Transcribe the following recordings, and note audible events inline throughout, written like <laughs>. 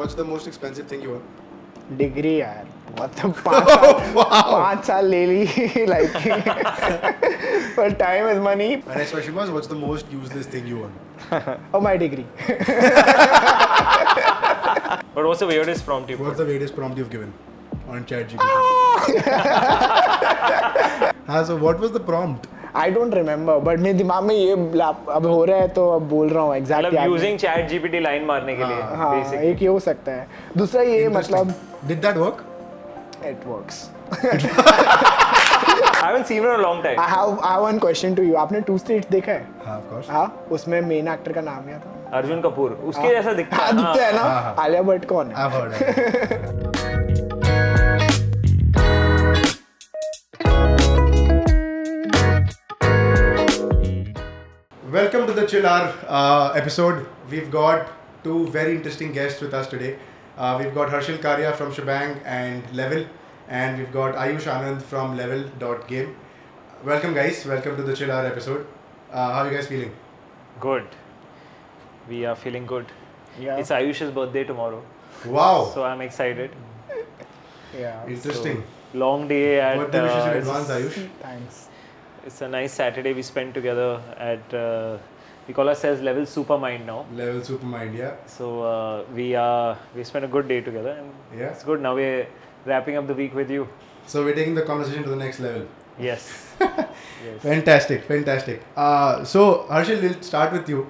what's the most expensive thing you own? Degree यार बहुत <laughs> पाँच साल पाँच साल ले ली लाइक पर time is money My next question was, what's the most useless thing you own? और my degree But what's the weirdest prompt you What's put? the weirdest prompt you've given on ChatGPT? <laughs> हाँ, so what was the prompt? I don't remember but मेरे दिमाग में ये lap- अब हो रहा है तो अब बोल रहा हूँ मतलब exactly using chat GPT line मारने के लिए हाँ बेसिकली एक ये हो सकता है दूसरा ये Interesting. मतलब Did that work? It works I haven't seen in a long I time have I have one question to you आपने टू स्टेट्स देखा है हाँ, of course. हाँ उसमें मेन एक्टर का नाम क्या था अर्जुन कपूर उसके जैसा दिखता हाँ है हाँ। दिखता है ना हाँ, हाँ। आलिया भट्ट कौन है I've heard it. Welcome to the Chill Hour uh, episode. We've got two very interesting guests with us today. Uh, we've got Harshil Karia from Shebang and Level, and we've got Ayush Anand from Level.game. Welcome, guys. Welcome to the Chill Hour episode. Uh, how are you guys feeling? हाँ। Good. We are feeling good. Yeah. It's Ayush's birthday tomorrow, Wow! so I'm excited. Yeah, interesting. So, long day at. Birthday wishes in uh, advance, Ayush. thanks. It's a nice Saturday we spent together at. Uh, we call ourselves Level Supermind now. Level Supermind, yeah. So uh, we uh, we spent a good day together, and Yeah. it's good. Now we're wrapping up the week with you. So we're taking the conversation to the next level. <laughs> Yes. yes. Fantastic, fantastic. Uh, so Harshil, we'll start with you.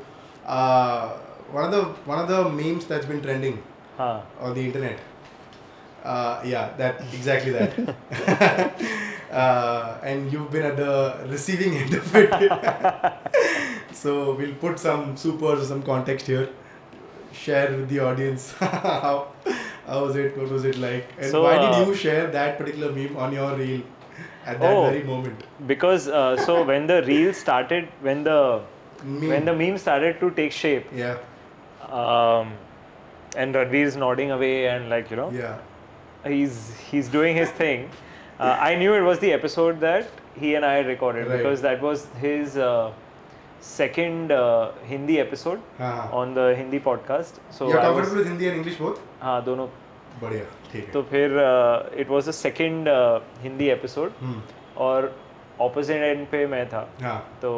Uh, one of the one of the memes that's been trending Huh. on the internet. Uh, yeah, that exactly <laughs> that. uh, and you've been at the receiving end of it. <laughs> so we'll put some supers or some context here. Share with the audience <laughs> how how was it? What was it like? And So, why uh, did you share that particular meme on your reel at that Oh. very moment? Because uh, so when the reel started, when the Meme. when the meme started to take shape, Yeah, um, and Ranveer is nodding away and like you know yeah. he's he's doing his thing. Uh, I knew it was the episode that he and I had recorded Right. because that was his uh, second uh, Hindi episode हाँ. on the Hindi podcast. So You're I comfortable was, with uh, Hindi and English both? हाँ दोनों बढ़िया ठीक है तो फिर it was the second Hindi episode Hmm. और opposite end पे मैं था हाँ तो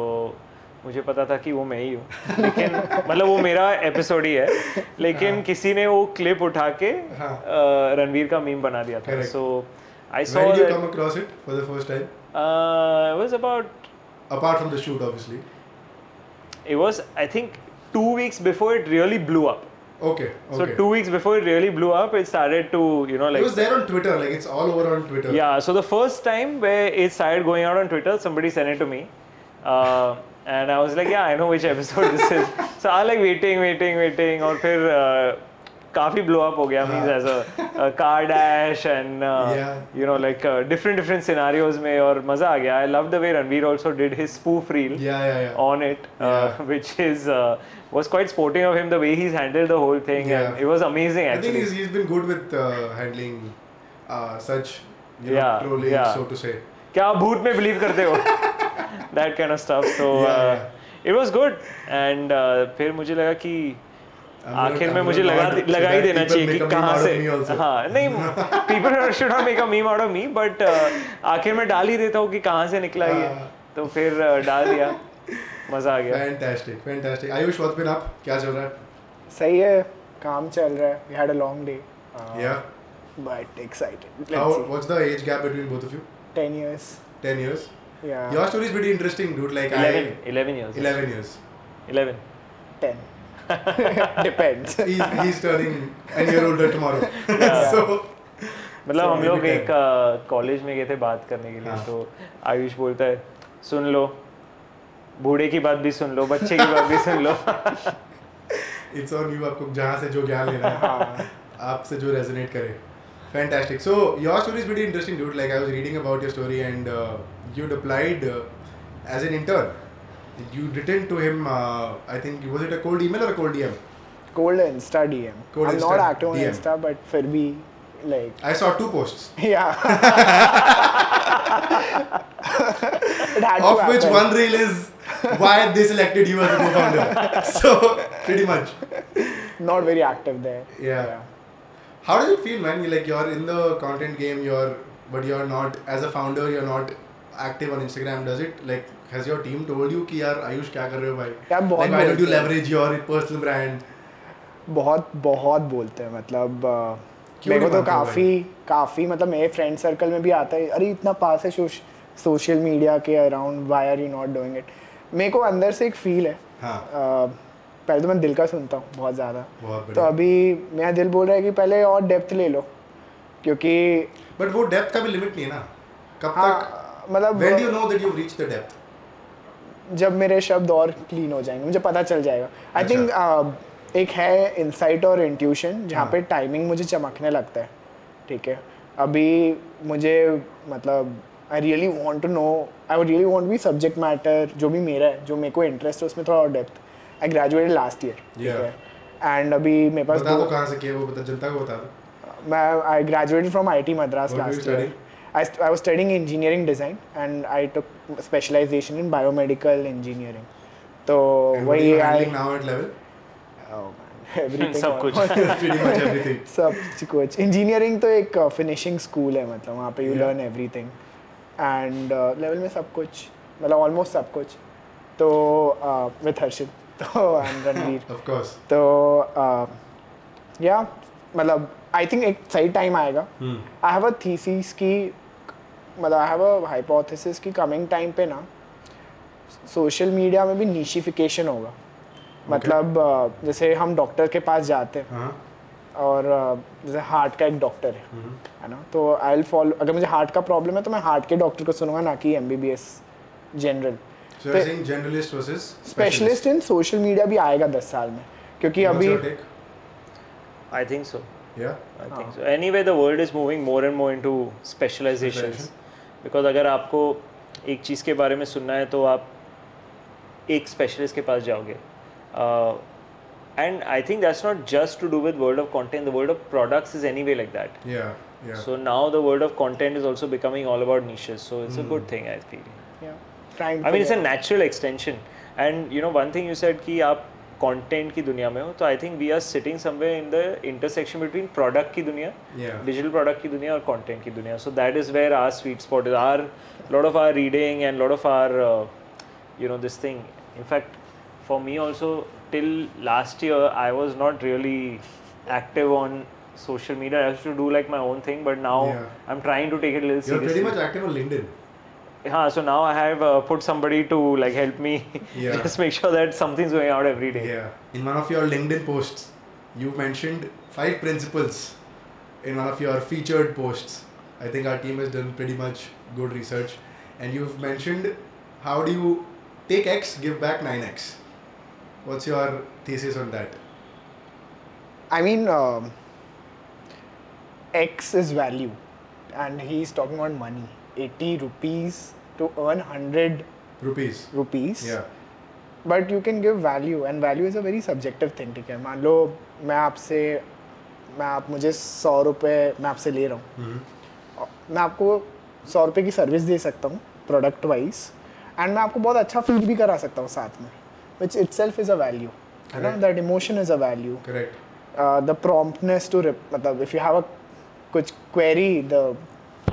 मुझे पता था कि वो मैं ही हूँ लेकिन मतलब वो मेरा एपिसोड ही है लेकिन किसी ने वो क्लिप उठा के हाँ। अ, रणवीर का मीम बना दिया था Correct. So I saw When did you come across it for the first time? Was about Apart from the shoot, obviously. It was I think two weeks before it really blew up Okay, so okay. Two weeks before it really blew up it started to you know it was like there on Twitter, like it's all over on Twitter. Yeah, so the first time where it started going out on Twitter, somebody sent it to me. Uh, and I was like, yeah, I know which episode this is. <laughs> So I was like waiting, waiting, waiting. और फिर uh, काफी blow up हो गया means as a, a car dash and uh, Yeah. you know like uh, different different scenarios में और मजा आ गया. I love the way Ranveer also did his spoof reel Yeah, yeah, yeah. on it, uh, Yeah. which is uh, was quite sporting of him the way he's handled the whole thing. And Yeah. it was amazing I actually. think he's, he's been good with uh, handling uh, such you know, Yeah, trolling, yeah. so to say. क्या आप भूत में believe करते हो that kind of stuff so Yeah, yeah. It was good and uh, फिर मुझे लगा कि I'm gonna- आखिर में I'm मुझे gonna लगा not- लगा so ही that देना people चाहिए make कि a meme कहाँ out of me से also. हाँ नहीं <laughs> people should not make a meme out of me but uh, आखिर में डाल ही देता हूँ कि कहाँ से निकला ये हाँ। तो फिर uh, डाल दिया मजा आ गया Fantastic, fantastic. Ayush, what's been up? क्या चल रहा है? सही है काम चल रहा है we had a long day Uh, Yeah. But excited How, what's the age gap between both of you? 10 years 10 years? yeah Your story is pretty interesting, dude. Like, 11 I. 11 years 11 years. 11 <laughs> 10 depends he's, he's turning a year older tomorrow. <laughs> so, मतलब So हम लोग maybe एक college में गए थे बात करने के लिए हाँ। तो आयुष बोलता है सुन लो बूढ़े की बात भी सुन लो बच्चे की बात भी सुन लो it's on you आपको जहाँ से जो ज्ञान लेना है आपसे जो resonate करे fantastic so your story is pretty interesting dude like I was reading about your story and uh, you'd applied uh, as an intern you written to him uh, I think was it a cold email or a cold DM cold insta dm Cold i'm Insta not active on DM. insta but फिर भी like <laughs> I saw two posts <laughs> yeah it had to of which happen. one reel is why they selected you as a co-founder so pretty much not very active there yeah How does it feel, man? You like you're in the content game, you're but you're not as a founder, you're not active on Instagram. Does it like has your team told you कि यार आयुष क्या कर रहे हो भाई? यार, बहुत like why don't you बोलते हैं। leverage your personal brand? बहुत बहुत बोलते हैं मतलब अ, क्यों मेरे को नहीं तो मानते हो काफ़ी काफ़ी मतलब मेरे फ्रेंड सर्कल में भी आता है अरे इतना पास है सोशल मीडिया के around why are you not doing it मेरे को अंदर से एक फील है हाँ। अ, पहले तो मैं दिल का सुनता हूँ बहुत ज़्यादा बहुत तो बढ़िया। अभी मेरा दिल बोल रहा है कि पहले और डेप्थ ले लो क्योंकि But वो depth का भी limit नहीं है ना. कब तक? हाँ मतलब When do you know that you've reached the depth? जब मेरे शब्द और क्लीन हो जाएंगे मुझे पता चल जाएगा आई अच्छा। थिंक एक है इंसाइट और इंट्यूशन जहाँ हाँ। पे टाइमिंग मुझे चमकने लगता है ठीक है अभी मुझे मतलब I really want to know I would really want be subject matter जो भी मेरा है जो मेरे को इंटरेस्ट है उसमें थोड़ा और depth I graduated last year ठीक Yeah. है एंड अभी मेरे पास बता दो- दो कहाँ से किया वो बता जनता को बता दो. मैं I graduated from I T Madras What were you last year I I was studying engineering design and I took specialization in biomedical engineering तो And what are वही Oh, you handling I now at <laughs> level? <laughs> सब कुछ Pretty much everything. सब कुछ engineering तो एक finishing school है मतलब वहाँ पे you Yeah. Learn everything and level uh, में सब कुछ मतलब ऑलमोस्ट सब कुछ तो विथ हर्षित <laughs> तो एंड रणवीर Of course. तो या मतलब आई थिंक एक सही टाइम आएगा Hmm. I have a thesis की मतलब आई हैव अ हाइपोथेसिस की कमिंग टाइम पे ना सोशल मीडिया में भी नीशिफिकेशन होगा मतलब अ, जैसे हम डॉक्टर के पास जाते हैं हाँ. और अ, जैसे हार्ट का एक डॉक्टर है Hmm. है ना तो आई विल फॉलो अगर मुझे हार्ट का प्रॉब्लम है तो मैं हार्ट के डॉक्टर को सुनूंगा ना कि M B B S general So you're saying generalist versus specialist. Specialist in social media भी आएगा दस साल में क्योंकि What's अभी your take? I think so. Yeah. I think so. Anyway, the world is moving more and more into specializations. Because अगर आपको एक चीज़ के बारे में सुनना है तो आप एक स्पेशलिस्ट के पास जाओगे and I think that's not just to do with world of content the world of products is anyway like that Yeah. Yeah. So now the world of content is also becoming all about niches so it's a good thing I feel Yeah, trying I mean it's to a natural extension and you know one thing you said कि आप content की दुनिया में हो तो I think we are sitting somewhere in the intersection between product की दुनिया Yeah. Digital product की दुनिया और कंटेंट की दुनिया so that is where our sweet spot is our lot of our reading and lot of our you know this thing in fact for me also till last year I was not really active on social media I to do like my own thing but now Yeah. I am trying to take it little You're pretty seriously much active on LinkedIn. Yeah, so now I have uh, put somebody to like help me Yeah. <laughs> just make sure that something's going out every day. Yeah. In one of your LinkedIn posts, you mentioned five principles in one of your featured posts. I think our team has done pretty much good research. And you've mentioned how do you take X, give back 9X. What's your thesis on that? I mean, um, X is value, and he's talking about money. 80 rupees to earn 100 Rupees. rupees. Yeah. But you can give value and value is a very subjective thing ठीक है मान लो मैं आपसे मैं आप मुझे सौ रुपये मैं आपसे ले रहा हूँ मैं आपको सौ रुपये की सर्विस दे सकता हूँ प्रोडक्ट वाइज एंड मैं आपको बहुत अच्छा फील भी करा सकता हूँ साथ में which itself is a value है ना Correct. That emotion is a value Correct. The promptness to मतलब इफ़ यू हैव अ कुछ क्वेरी द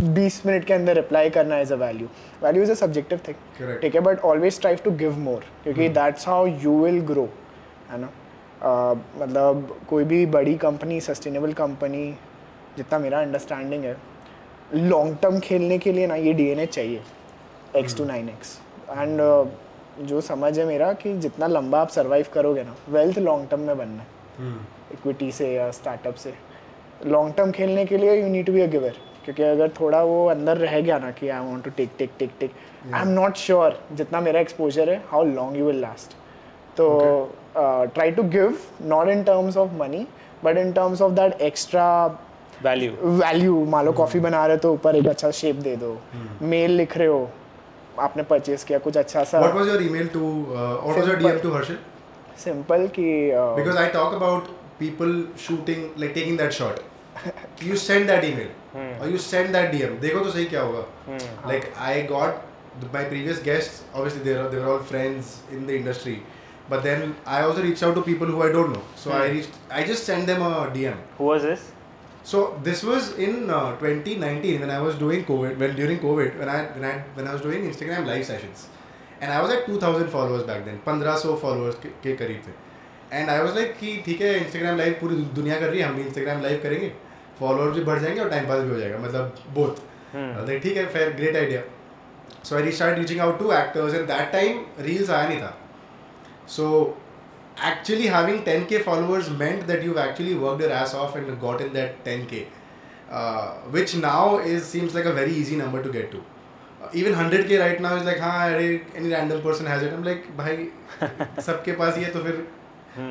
बीस मिनट के अंदर रिप्लाई करना is a value value is a subjective thing Correct. ठीक है but always thrive to give more क्योंकि that's how you will grow है ना Uh, मतलब कोई भी बड़ी कंपनी सस्टेनेबल कंपनी जितना मेरा अंडरस्टैंडिंग है लॉन्ग टर्म खेलने के लिए ना ये डीएनए चाहिए X to nine X and uh, जो समझ है मेरा कि जितना लंबा आप सर्वाइव करोगे ना वेल्थ लॉन्ग टर्म में बनना है Hmm. इक्विटी से या स्टार्टअप से लॉन्ग टर्म खेलने के लिए you need to be a giver क्योंकि अगर थोड़ा वो अंदर रह गया ना कि I want to take take take take I am not sure जितना मेरा एक्सपोजर है how long you will last तो try to give not in terms of money but in terms of that extra Value. Value मान लो Hmm. Coffee बना रहे हो तो ऊपर एक अच्छा शेप दे दो मेल लिख रहे हो आपने परचेस किया कुछ अच्छा सा What was your email to, uh, what was your DM to Harshit? Simple कि uh, Because I talk about people shooting, like taking that shot. You send that email or you send that DM. देखो तो सही क्या होगा. Like I got th- my previous guests. Obviously they are they were all friends in the industry, but then I also reached out to people who I don't know. So I reached I just send them a DM. Who was this? So this was in uh, 2019 when I was doing COVID. When during COVID, when I when I when I was doing Instagram live sessions, and I was at 2,000 followers back then. 1,500 followers के, के करीब थे. And I was like कि ठीक है Instagram live पूरी दु- दुनिया कर रही है हम भी Instagram live करेंगे. Followers भी बढ़ जाएंगे और time pass भी हो जाएगा. मतलब both. I was like ठीक है fair great idea. So I started reaching out to actors and that time reels आया नहीं था. So actually having 10k followers meant that you've actually worked your ass off and gotten that 10k, uh, which now is seems like a very easy number to get to. Uh, even 100k right now is like, हाँ अरे any random person has it. I'm like भाई सबके पास ये तो फिर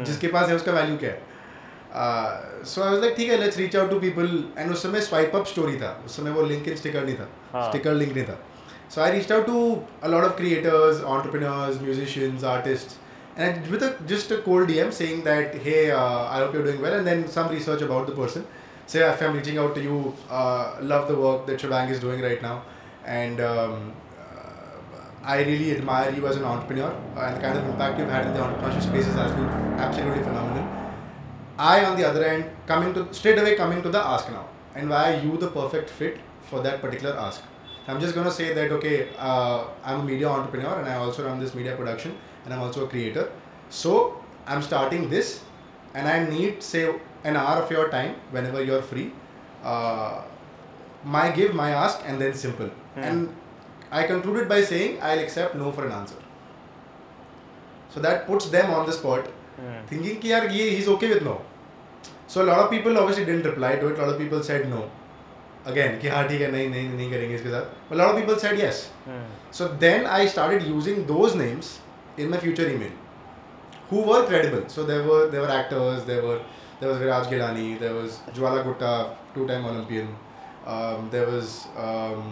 जिसके पास है उसका वैल्यू क्या है सो आई वाज लाइक ठीक है let's reach out to people and उस समय स्वाइप अप स्टोरी था उस समय वो लिंक इन स्टिकर नहीं था हाँ। स्टिकर लिंक नहीं था so I reach out to a lot of creators entrepreneurs musicians artists and with a, just a cold dm saying that hey uh, i hope you're doing well and then some research about the person say if i'm reaching out to you uh, love the work that shebang is doing right now and um, uh, i really admire you as an entrepreneur uh, and the kind of impact you've had in the entrepreneurship spaces has been absolutely phenomenal I, on the other hand, coming to straight away coming to the ask now, and why are you the perfect fit for that particular ask? I'm just gonna say that okay, uh, I'm a media entrepreneur and I also run this media production and I'm also a creator. So I'm starting this, and I need say an hour of your time whenever you're free. Uh, my give, my ask, and then simple. And I concluded by saying I'll accept no for an answer. So that puts them on the spot, thinking कि यार ये he's okay with no. So a lot of people obviously didn't reply to it. A lot of people said no. Again कि हाँ ठीक है नहीं नहीं नहीं करेंगे इसके साथ. But a lot of people said yes. So then I started using those names in my future email, who were credible. So there were there were actors, there were there was Viraj Gilani, there was Jwala Gupta, two-time Olympian, um, there was um,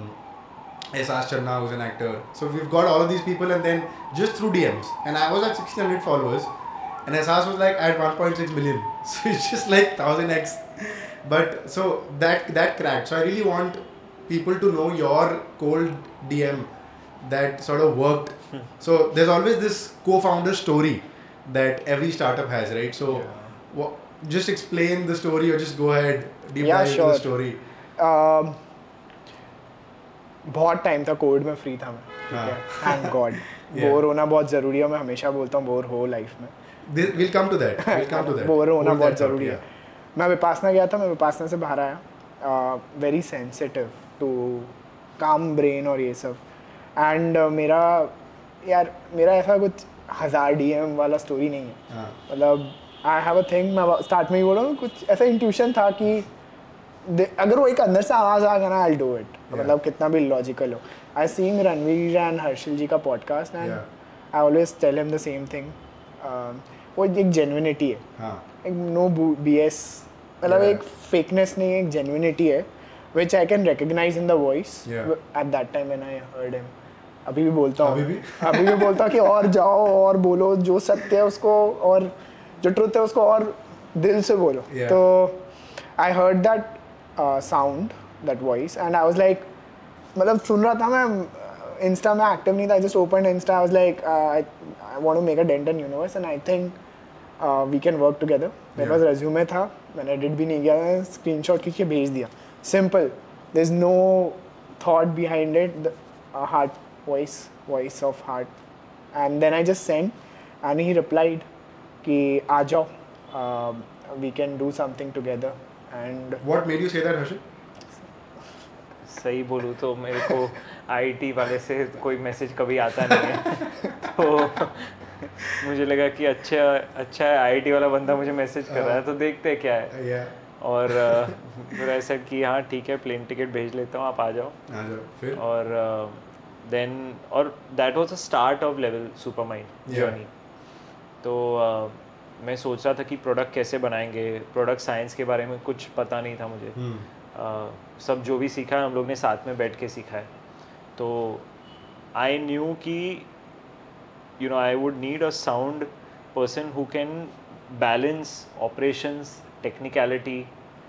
S. R. Channa who's an actor. So we've got all of these people, and then just through DMs, and I was at sixteen hundred followers, and S. R. was like at one point six million. <laughs> So it's just like thousand x. But so that that cracked. So I really want people to know your cold DM that sort of <laughs> worked. so there's always this co-founder story that every startup has, right? So wha- just explain the story or just go ahead deep Yeah, dive into sure. the story. Um, बहुत time था Covid में free था मैं ठीक हाँ। है thank God <laughs> Yeah. Bore होना बहुत ज़रूरी है मैं हमेशा बोलता हूँ बोर हो लाइफ में This, we'll come to that. We'll come <laughs> to that. Bore होना Hold बहुत that thought, ज़रूरी है yeah. मैं विपासना गया था मैं विपासना से बाहर आया very sensitive to calm brain और ये सब एंड मेरा यार मेरा ऐसा कुछ हज़ार डी वाला स्टोरी नहीं है हाँ, मतलब आई हैव अ थिंग मैं स्टार्ट में ही बोल रहा हूँ कुछ ऐसा इंट्यूशन था कि दे- अगर वो एक अंदर से आवाज़ आ गया ना आई डू इट मतलब कितना भी लॉजिकल हो I seeing Ranveer and Harshil ji का podcast and Yeah. I always tell him the same thing Um, वो एक जेन्युनिटी है हाँ, एक नो बी एस मतलब Yeah. एक फेकनेस नहीं है एक जेन्युनिटी है which I can recognise in the voice Yeah. At that time N I heard him अभी भी बोलता हूँ अभी भी? <laughs> अभी भी बोलता हूँ कि और जाओ और बोलो जो सत्य है उसको और जो ट्रुथ है उसको और दिल से बोलो Yeah. तो I heard that sound that voice and I was like मतलब सुन रहा था मैं इंस्टा में एक्टिव नहीं था I just open Insta I was like I want to make a dent in universe and I think we can work together मेरे Yeah. पास रेज्यूमे था मैंने एडिट भी नहीं किया मैंने स्क्रीनशॉट खींच के भेज दिया simple there is no thought behind it heart voice voice of heart and then I just send and he replied कि आ जाओ um, we can do something together and What made you say that, Harshit? सही बोलूँ तो मेरे <laughs> को IT वाले से कोई मैसेज कभी आता नहीं है <laughs> तो मुझे लगा कि अच्छा अच्छा है आईटी वाला बंदा मुझे मैसेज कर रहा है तो देखते हैं क्या है Uh, yeah. और अ, फिर ऐसा कि हाँ ठीक है प्लेन टिकट भेज लेता हूँ आप आ जाओ हाँ, जो फिर और देन और that was the start of Level super mind Yeah. Journey तो अ, मैं सोच रहा था कि प्रोडक्ट कैसे बनाएंगे प्रोडक्ट साइंस के बारे में कुछ पता नहीं था मुझे हम्म, अ, सब जो भी सीखा है हम लोग ने साथ में बैठ के सीखा है तो आई न्यू कि you know I would need a sound person who can balance operations technicality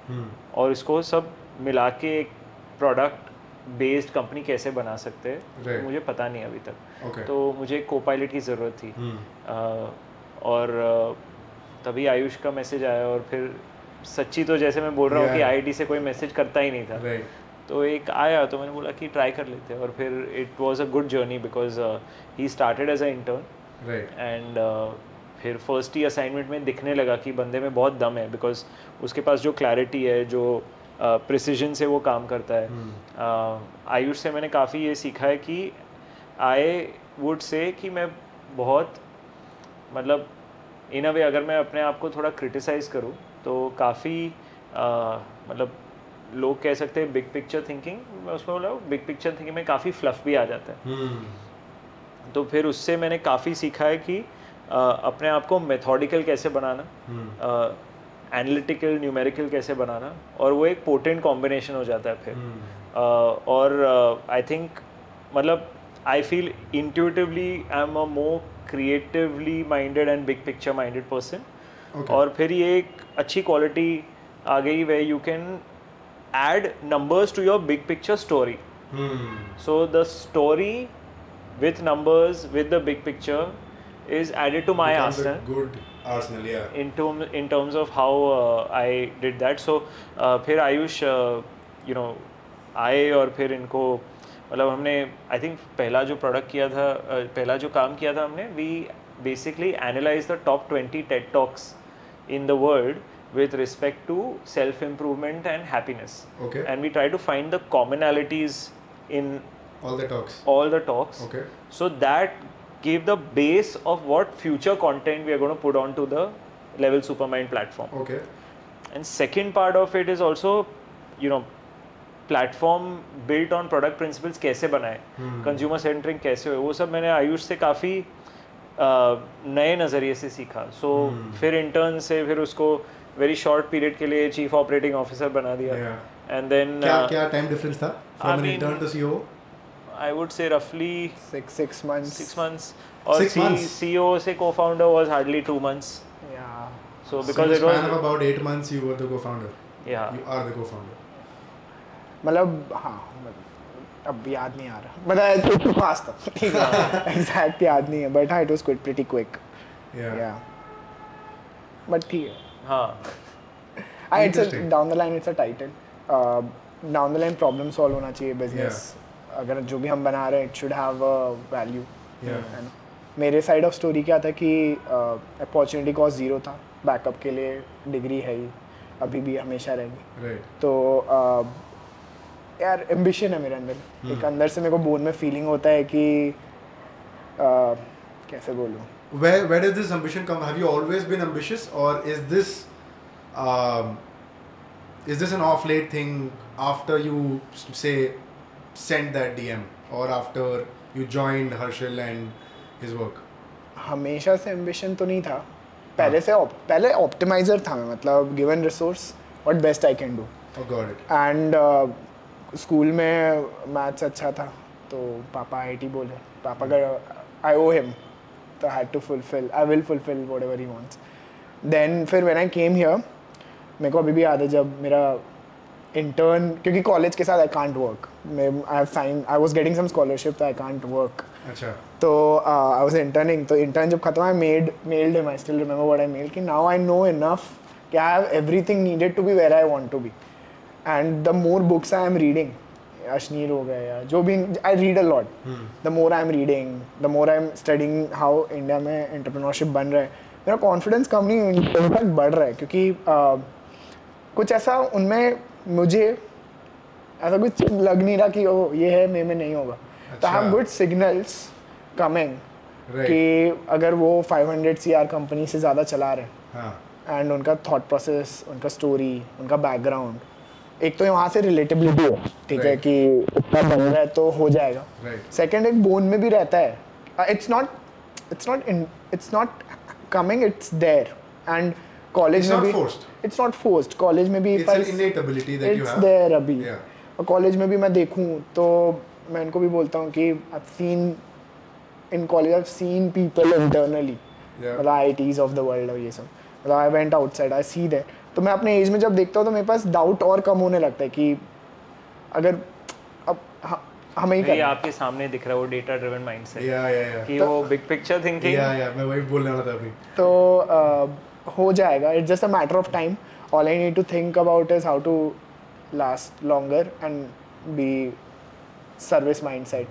hmm, और इसको सब मिला के एक प्रोडक्ट बेस्ड कंपनी कैसे बना सकते हैं Right. तो मुझे पता नहीं अभी तक okay. तो मुझे को पायलट की ज़रूरत थी हम्म, अ, और अ, तभी आयुष का मैसेज आया और फिर सच्ची तो जैसे मैं बोल रहा हूँ कि Yeah. आईआईटी से कोई मैसेज करता ही नहीं था Right. तो एक आया तो मैंने बोला कि ट्राई कर लेते हैं और फिर it was a good journey because he started as a intern Right. And uh, फिर फर्स्ट ही असाइनमेंट में दिखने लगा कि बंदे में बहुत दम है बिकॉज उसके पास जो क्लैरिटी है जो प्रिसीजन से वो काम करता है Uh, आयुष से मैंने काफ़ी ये सीखा है कि आई वुड से कि मैं बहुत मतलब इन अ वे अगर मैं अपने आप को थोड़ा क्रिटिसाइज करूँ तो काफ़ी मतलब लोग कह सकते हैं बिग पिक्चर थिंकिंग मैं उसमें बोला बिग पिक्चर थिंकिंग में काफ़ी फ्लफ भी आ जाता है Hmm. तो फिर उससे मैंने काफ़ी सीखा है कि अ, अपने आप को मेथोडिकल कैसे बनाना एनालिटिकल न्यूमेरिकल कैसे बनाना और वो एक पोटेंट कॉम्बिनेशन हो जाता है फिर हम्म। अ, और आई थिंक मतलब I feel intuitively I am a more creatively minded and big picture minded person Okay. और फिर ये एक अच्छी क्वालिटी आ गई way you can add numbers to your big picture story Hmm. So the story with numbers with the big picture is added to my Becomes a arsenal Good Arsenal, yeah. in term, in terms of how uh, I did that. So uh, फिर Ayush uh, you know आए और फिर इनको मतलब हमने I think पहला जो product किया था uh, पहला जो काम किया था हमने we basically analyse the top twenty TED talks in the world with respect to self improvement and happiness Okay. and we try to find the commonalities in All the talks. all the talks. Okay. So that gave the base of what future content we are going to put onto the Level Supermind platform. Okay. And second part of it is also, you know, platform built on product principles कैसे बनाए Hmm. Consumer centering कैसे हो वो सब मैंने आयुष से काफ़ी uh, नए नज़रिए से सीखा सो Hmm. फिर इंटर्न से फिर उसको वेरी शॉर्ट पीरियड के लिए चीफ ऑपरेटिंग ऑफिसर बना दिया Yeah. एंड देन क्या क्या टाइम डिफरेंस था uh, I from an mean- intern to CEO I would say रफली six six months. six months or Six C- months. CEO say co-founder was hardly two months. Yeah. So so in the because it span of was about 8 months you were the co-founder yeah you are the co-founder मतलब हाँ मतलब- अब याद नहीं आ रहा मतलब, but I took fast <laughs> exact याद नहीं है बट हाँ it was quick pretty quick yeah, या बट ठीक है हाँ हाँ, it's a Interesting. down the line it's a title uh, down the line problem solve होना चाहिए बिजनेस अगर जो भी हम बना रहे हैं it should have a value Yeah. मेरे साइड ऑफ स्टोरी क्या था कि uh, अपॉर्चुनिटी कॉस्ट जीरो था बैकअप के लिए डिग्री है ही अभी भी हमेशा रहेगी right तो uh, यार एम्बिशन है मेरे अंदर Hmm. एक अंदर से मेरे को बोन में फीलिंग होता है कि uh, कैसे बोलूँ where where does this ambition come have you always been ambitious or is this um, is this an off late thing after you s- say sent that dm or after you joined harshal and his work हमेशा से ambition तो नहीं था पहले से op- पहले optimiser था मैं मतलब given resource what best I can do oh got it and school uh, में मैथ्स अच्छा था तो पापा आईटी बोले पापा का आई ओ हिम तो had to fulfil I will fulfil whatever he wants then फिर व्हेन आई केम हियर मेरे को अभी भी याद है जब मेरा इंटर्न क्योंकि कॉलेज के साथ I can't work I sign I was getting some scholarship I can't work acha तो आई वॉज इंटर्निंग तो इंटर्न जब खत्म I made mailed him I still remember what I mail कि नाउ आई नो इनफ कि I have everything needed to be where I want to be and the more books I am reading Ashneer हो गए या जो भी I read a lot the more I am reading the more I am studying how India में entrepreneurship बन रहा है मेरा कॉन्फिडेंस कम नहीं इनफैक्ट बढ़ रहा है क्योंकि uh, कुछ ऐसा उनमें मुझे ऐसा कुछ लग नहीं रहा कि ओ ये है मे में नहीं होगा तो आई अच्छा। Have good signals coming Right. कि अगर वो 500 सीआर कंपनी से ज़्यादा चला रहे हैं huh एंड उनका थॉट प्रोसेस उनका स्टोरी उनका बैकग्राउंड एक तो वहाँ से रिलेटेबिलिटी है ठीक है Right. कि इतना बन रहा है तो हो जाएगा Right. सेकेंड एक बोन में भी रहता है Uh, it's not it's not it's not coming it's there and college It's में not भी forced. It's not forced college में भी if it's I an s- innate ability that you it's have there अभी Yeah. और college में भी मैं देखूं तो मैं इनको भी बोलता हूँ कि I seen in college I seen people internally Yeah. मतलब IITs of the world और ये सब मतलब I went outside I see that तो मैं अपने एज में जब देखता हूँ तो मेरे पास डाउट और कम होने लगता है कि अगर अब ह- हमें ही ये करना है। आपके सामने दिख रहा है वो data driven mindset yeah yeah yeah कि वो big picture thinking yeah yeah मैं वही बोलने वाला था अभी तो अ, हो जाएगा it's just a matter of time all I need to think about is how to last longer and be service mindset.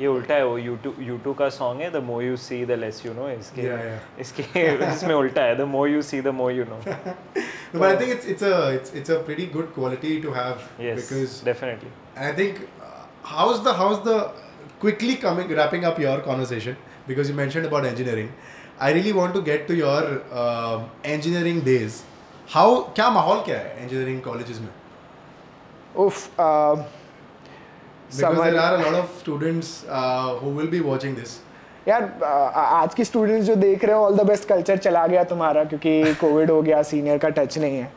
ये उल्टा है वो यूट्यूब यूट्यूब का सॉन्ग है the more you see the less you know इसके Yeah, yeah. इसके इसमें उल्टा है the more you see the <laughs> more you know No, but I think it's it's a it's, it's a pretty good quality to have yes because definitely I think uh, how's the how's the quickly coming wrapping up your conversation because you mentioned about engineering. I really want to get to your um engineering days. How क्या माहौल क्या है engineering colleges में? Oof. Uh, Because there are a lot of students uh, who will be watching this. यार आ- आ- आज की students जो देख रहे हो ऑल द बेस्ट कल्चर चला गया तुम्हारा क्योंकि कोविड हो गया सीनियर का टच नहीं है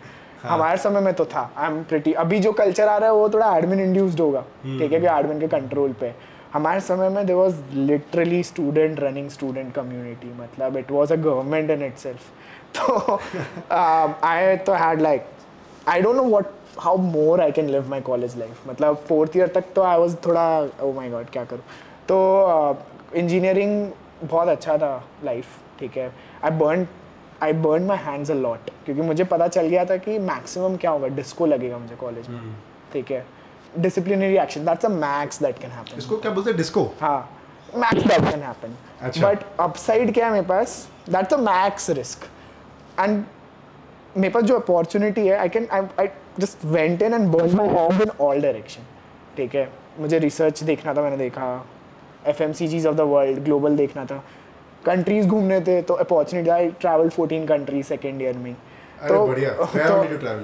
हमारे समय में तो था आई एम प्रिटी अभी जो कल्चर आ रहा है वो थोड़ा एडमिन इंड्यूस्ड होगा ठीक है कि एडमिन के कंट्रोल पे है। हमारे समय में there was literally student running student community मतलब it was a government in it <laughs> तो आई तो had like I don't know what how more I can live my college life मतलब फोर्थ ईयर तक तो आई वॉज थोड़ा ओ माई God क्या करूँ तो इंजीनियरिंग बहुत अच्छा था लाइफ ठीक है I burn I burn my hands a lot क्योंकि मुझे पता चल गया था कि मैक्सिमम क्या होगा डिस्को लगेगा मुझे कॉलेज में ठीक है disciplinary action that's a max that can happen इसको क्या बोलते हैं डिस्को हाँ मैक्स दैट कैन हैपन अच्छा। बट अपसाइड क्या है मेरे पास that's a max risk and मेरे पास जो अपॉर्चुनिटी है I can I just went in and burn my home in all direction ठीक है मुझे रिसर्च देखना था मैंने देखा एफ एम सी चीज ऑफ द वर्ल्ड ग्लोबल देखना था कंट्रीज घूमने थे तो opportunity I travel fourteen countries second year में अरे बढ़िया where <laughs> तो- did you travel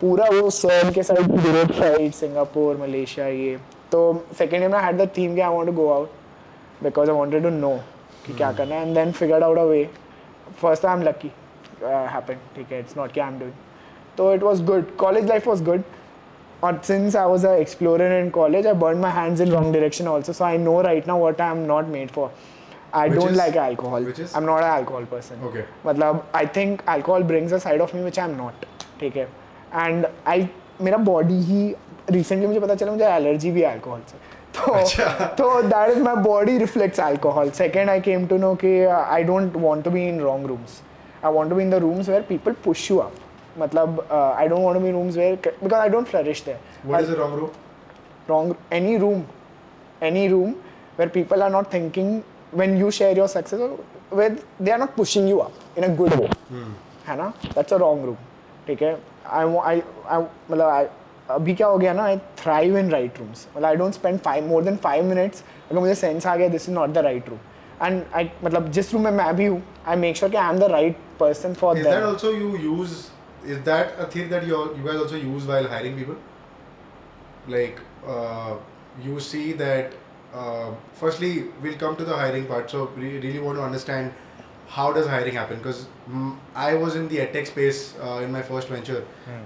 पूरा वो सर्न के side Europe side Singapore Malaysia ये तो सेकेंड ईयर में हैड द थीम कि I want to go out because I wanted to know कि क्या Hmm. करना है and then figured out a way first I am lucky happen uh, ठीक है इट्स नॉट कि आई एम डूइंग तो it was good college life was good और since I was a explorer in college I burn my hands in wrong direction also so I know right now what I am not made for I Which don't is- like alcohol which is- I am not a alcohol person Okay. मतलब I think alcohol brings a side of me which I am not ठीक है and I मेरा body ही recently मुझे पता चला मुझे allergy भी अल्कोहल से तो तो that is my body reflects alcohol second I came to know कि uh, I don't want to be in wrong rooms I want to be in the rooms where people push you up मतलब I don't want to be rooms where because I don't flourish there what is the wrong room wrong any room any room where people are not thinking when you share your success or where they are not pushing you up in a good way Hmm. है ना that's a wrong room ठीक है I wa- I I मतलब I अभी क्या हो गया ना I thrive in right rooms मतलब I don't spend five more than five minutes अगर मुझे सेंस आ गया this is not the right room and I मतलब जिस रूम में मैं भी हूँ आई मेक श्योर कि I am the right person for is that that also you use is that a thing that you you guys also use while hiring people like uh, you see that uh, firstly we'll come to the hiring part so we really want to understand how does hiring happen because mm, i was in the edtech space uh, in my first venture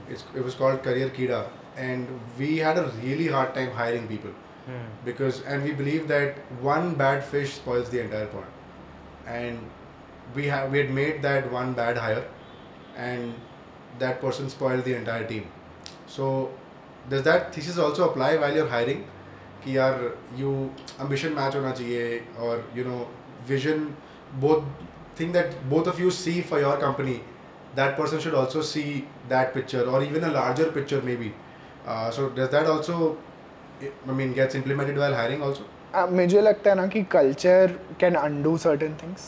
it's, it was called career kida and we had a really hard time hiring people because and we believe that one bad fish spoils the entire pond and we have we had made that one bad hire and that person spoiled the entire team so does that thesis also apply while you're hiring कि यार you ambition match होना चाहिए or you know vision both thing that both of you see for your company that person should also see that picture or even a larger picture maybe uh, so does that also I mean gets implemented while hiring also Uh, मुझे लगता है ना कि culture can undo certain things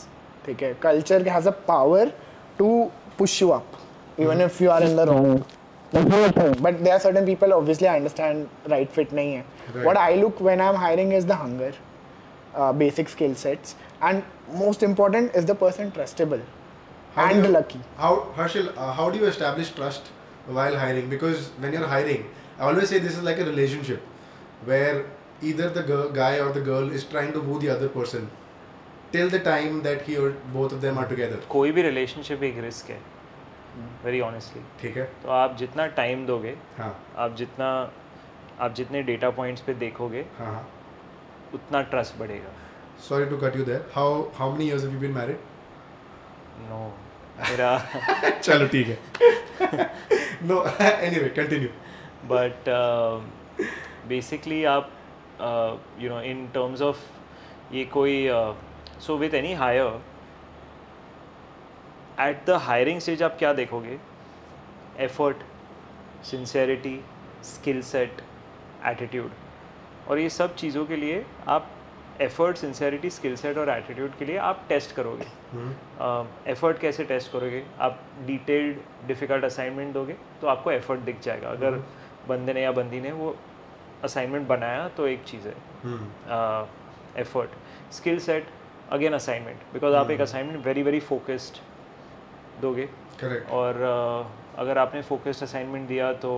ठीक है culture has a power to push you up even if you are in the wrong but there are certain people obviously I understand right fit नहीं है Right. What I look when I am hiring is the hunger basic skill sets and most important is the person trustable How do and you- lucky How Harshil, uh, how do you establish trust while hiring? Because when you're hiring, I always say this is like a relationship, where either the girl, guy or the girl is trying to woo the other person, till the time that he or both of them are together. कोई भी relationship एक risk है very honestly ठीक है? तो आप जितना time दोगे हाँ, आप जितना आप जितने डेटा पॉइंट्स पे देखोगे हाँ, हाँ. उतना ट्रस्ट बढ़ेगा Sorry to cut you there. How how many years have you been married? No मेरा <laughs> चलो ठीक है. <laughs> no, anyway, continue. <laughs> but um, basically आप uh, you know in terms of ये कोई uh, so with any hire at the hiring stage आप क्या देखोगे effort sincerity skill set attitude और ये सब चीज़ों के लिए आप एफर्ट सिंसेरिटी स्किल सेट और एटीट्यूड के लिए आप टेस्ट करोगे एफर्ट Um, कैसे टेस्ट करोगे आप डिटेल्ड डिफ़िकल्ट असाइनमेंट दोगे तो आपको एफर्ट दिख जाएगा अगर बंदे ने या बंदी ने वो असाइनमेंट बनाया तो एक चीज़ है Uh, effort skill set again assignment because आप एक असाइनमेंट वेरी वेरी फोकस्ड दोगे करेक्ट और अ, अगर आपने फोकस्ड असाइनमेंट दिया तो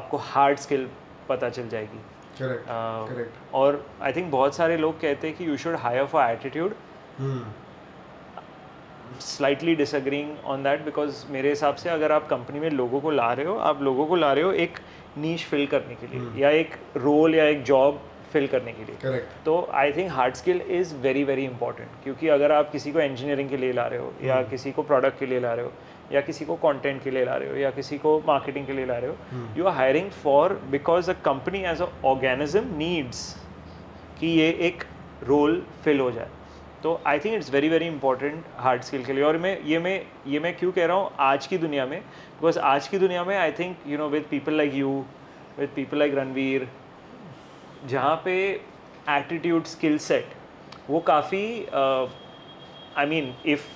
आपको हार्ड स्किल पता चल जाएगी करेक्ट अ, करेक्ट और आई थिंक बहुत सारे लोग कहते हैं कि you should hire for attitude Hmm, slightly disagreeing on that because मेरे हिसाब से अगर आप कंपनी में लोगों को ला रहे हो आप लोगों को ला रहे हो एक नीच फिल करने के लिए या एक रोल या एक जॉब फिल करने के लिए करेक्ट तो I think hard skill is very very important क्योंकि अगर आप किसी को इंजीनियरिंग के लिए ला रहे हो या किसी को प्रोडक्ट के लिए ला रहे हो या किसी को कंटेंट के लिए ला रहे हो या किसी को मार्केटिंग के लिए ला रहे हो you are hiring for because a company as a organism needs कि ये एक रोल फिल हो जाए तो I think it's very very important hard skill के लिए और मैं ये मैं ये मैं क्यों कह रहा हूँ आज की दुनिया में बिकॉज आज की दुनिया में I think you know with people like you with people like Ranveer जहाँ पे एटीट्यूड स्किल सेट वो काफ़ी आई मीन इफ़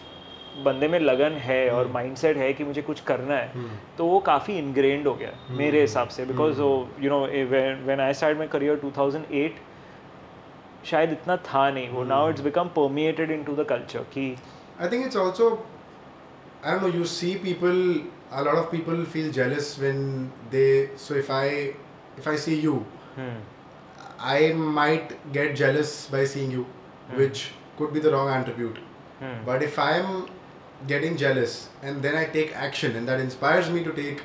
बंदे में लगन है और माइंडसेट है कि मुझे कुछ करना है तो वो काफ़ी इनग्रेंड हो गया है, मेरे हिसाब से बिकॉज वो you know when I start my career 2008 शायद इतना था नहीं वो now it's become permeated into the culture कि I think it's also, I don't know, you see people, a lot of people feel jealous when they, so if I, if I see you, I might get jealous by seeing you, which could be the wrong attribute. But if I'm getting jealous and then I take action and that inspires me to take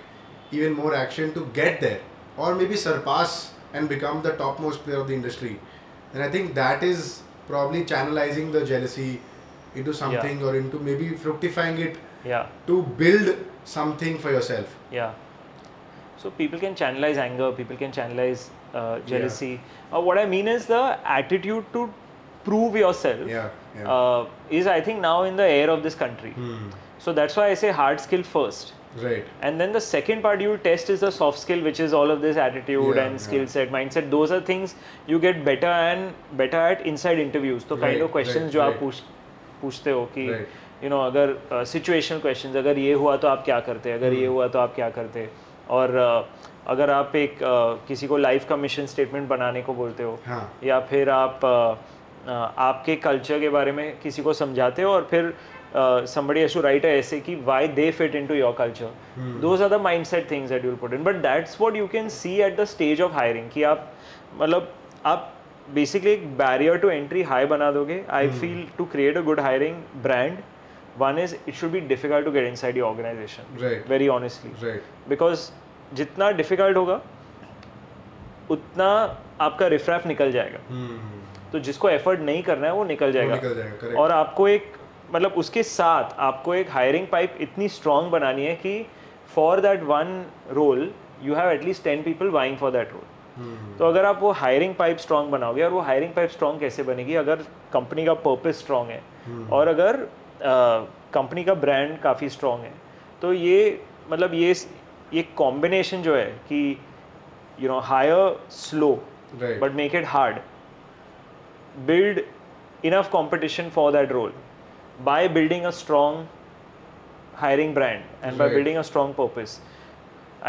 even more action to get there or maybe surpass and become the topmost player of the industry, then I think that is probably channelizing the jealousy into something or into maybe fructifying it या to build something for yourself. yeah so people can channelize anger people can channelize uh, jealousy uh, what i mean is the attitude to prove yourself Yeah, yeah. Hmm. Uh, is i think now in the air of this country so that's why i say hard skill first Right. and then the second part you test is the soft skill which is all of this attitude Yeah, and yeah. skill set mindset those are things you get better and better at inside interviews तो kind Right, of questions right, जो आप right. पूछ पूछते हो कि Right. you know अगर uh, situational questions अगर ये हुआ तो आप क्या करते अगर Hmm. ये हुआ तो आप क्या करते और uh, अगर आप एक uh, किसी को लाइफ का मिशन स्टेटमेंट बनाने को बोलते हो हाँ. या फिर आप अ, अ, आपके कल्चर के बारे में किसी को समझाते हो और फिर समबडी हैज टू राइट ऐसे कि why they fit into your culture those are the mindset things that you put in but that's what you can see at the stage of hiring कि आप मतलब आप बेसिकली एक barrier to entry high बना दोगे I feel to create a good hiring brand one is it should be difficult to get inside your organisation Right. Very honestly Right. Because जितना difficult होगा उतना आपका रिफ्रैफ निकल जाएगा Hmm. तो जिसको एफर्ट नहीं करना है वो निकल जाएगा निकल जाएगा, correct. और आपको एक मतलब उसके साथ आपको एक हायरिंग पाइप इतनी स्ट्रांग बनानी है कि for that one role you have at least ten people vying for that role hmm. तो अगर आप वो हायरिंग पाइप स्ट्रांग बनाओगे और वो हायरिंग पाइप स्ट्रांग कैसे बनेगी अगर कंपनी का पर्पस स्ट्रांग है हम्म। और अगर कंपनी का ब्रांड काफ़ी स्ट्रांग है तो ये मतलब ये ये कॉम्बिनेशन जो है कि you know hire slow Right. but make it hard. Build enough competition for that role by building a strong hiring brand and by Right. building a strong purpose.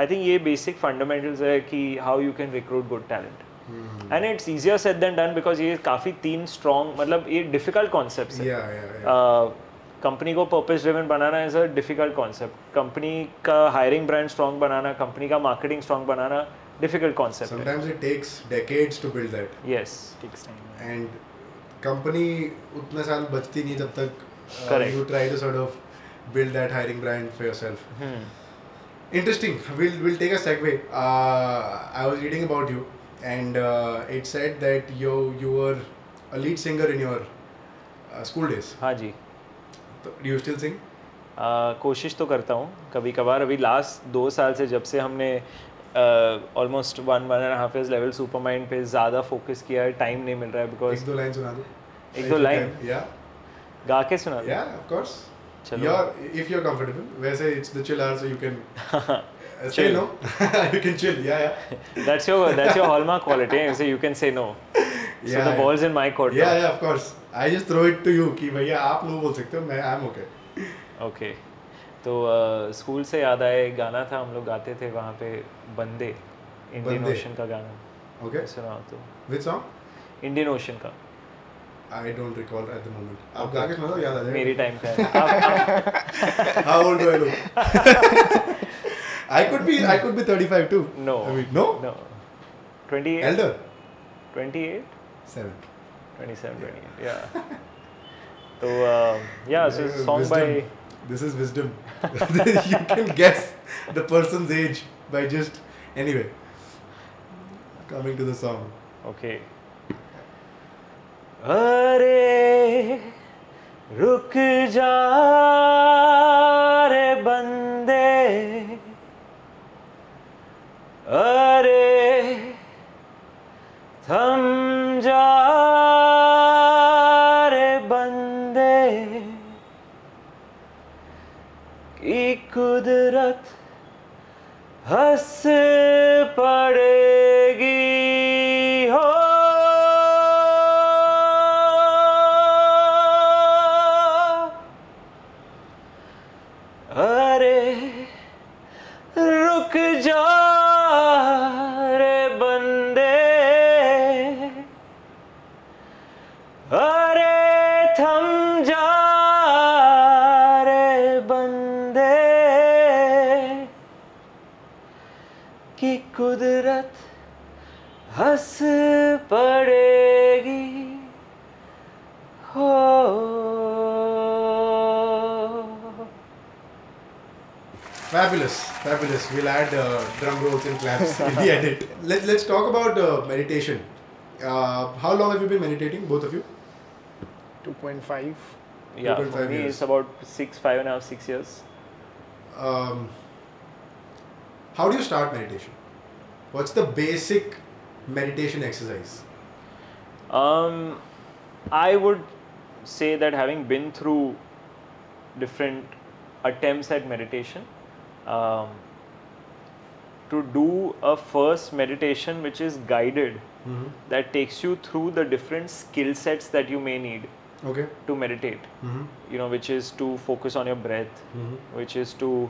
I think ये basic fundamentals है कि how you can recruit good talent. Hmm. And it's easier said than done because ये काफ़ी तीन strong मतलब ये difficult concepts हैं. yeah, yeah, yeah. Uh, company को पर्पस ड्रिवन बनाना is a difficult concept company का हायरिंग ब्रांड स्ट्रांग बनाना कंपनी का मार्केटिंग स्ट्रांग बनाना डिफिकल्ट कॉन्सेप्ट है Sometimes it takes decades to build that. Yes takes time and company उतने साल बचती नहीं जब तक uh, Correct. You try to sort of build that hiring brand for yourself interesting we'll we'll take a segue uh, i was reading about you and uh, it said that you you were a lead singer in your uh, school days हाँ जी So, do you still sing आ, कोशिश तो करता हूँ कभी कभार अभी last दो साल से जब से हमने almost one one and half years level super mind पे ज़्यादा फोकस किया है टाइम नहीं मिल रहा है एक बिकॉज दो लाइन सुना दो एक दो line? या गा के सुना दो। या ऑफ कोर्स चलो। You're, if you're comfortable, वैसे it's the chill hour, so you <laughs> can uh, say Chill. no. <laughs> you can chill. Yeah, yeah. that's your <laughs> that's your hallmark quality. eh? So you can say no. So Yeah, the yeah. ball's in my court. Yeah, now. yeah, of course. I just throw it to you कि भैया आप no बोल सकते हो मैं I am okay okay तो school से याद आए गाना था हम लोग गाते थे वहाँ पे बंदे इंडियन बंदे। ओशन का गाना ओके सुनाओ तो विच सॉन्ग इंडियन ओशन का I don't recall at the moment आप गा के सुनाओ याद आ मेरी जाएगा टाइम का है <laughs> आप- how old do I look <laughs> I could be I could be 35 to no I mean no no 28 elder 28 7 27 28 yeah तो yeah <laughs> so it's a song by This is wisdom. <laughs> you can guess the person's age by just anyway. Coming to the song. Okay अरे रुक जा रे बंदे अरे थम जा रे बंदे की कुदरत हंस पड़ेगी हो अरे रुक जा रे बंदे अरे थम जा रे बंदे कि कुदरत हंस पड़ेगी हो Fabulous, fabulous. We'll add uh, drum rolls and claps in the <laughs> edit. Let, let's talk about uh, meditation. Uh, how long have you been meditating, both of you? 2.5. Yeah, Total for five me years. it's about six, five and a half, six years. Um, how do you start meditation? What's the basic meditation exercise? Um, I would say that having been through different attempts at meditation, um, to do a first meditation which is guided, that takes you through the different skill sets that you may need Okay. to meditate. Mm-hmm. You know, which is to focus on your breath, Mhm. which is to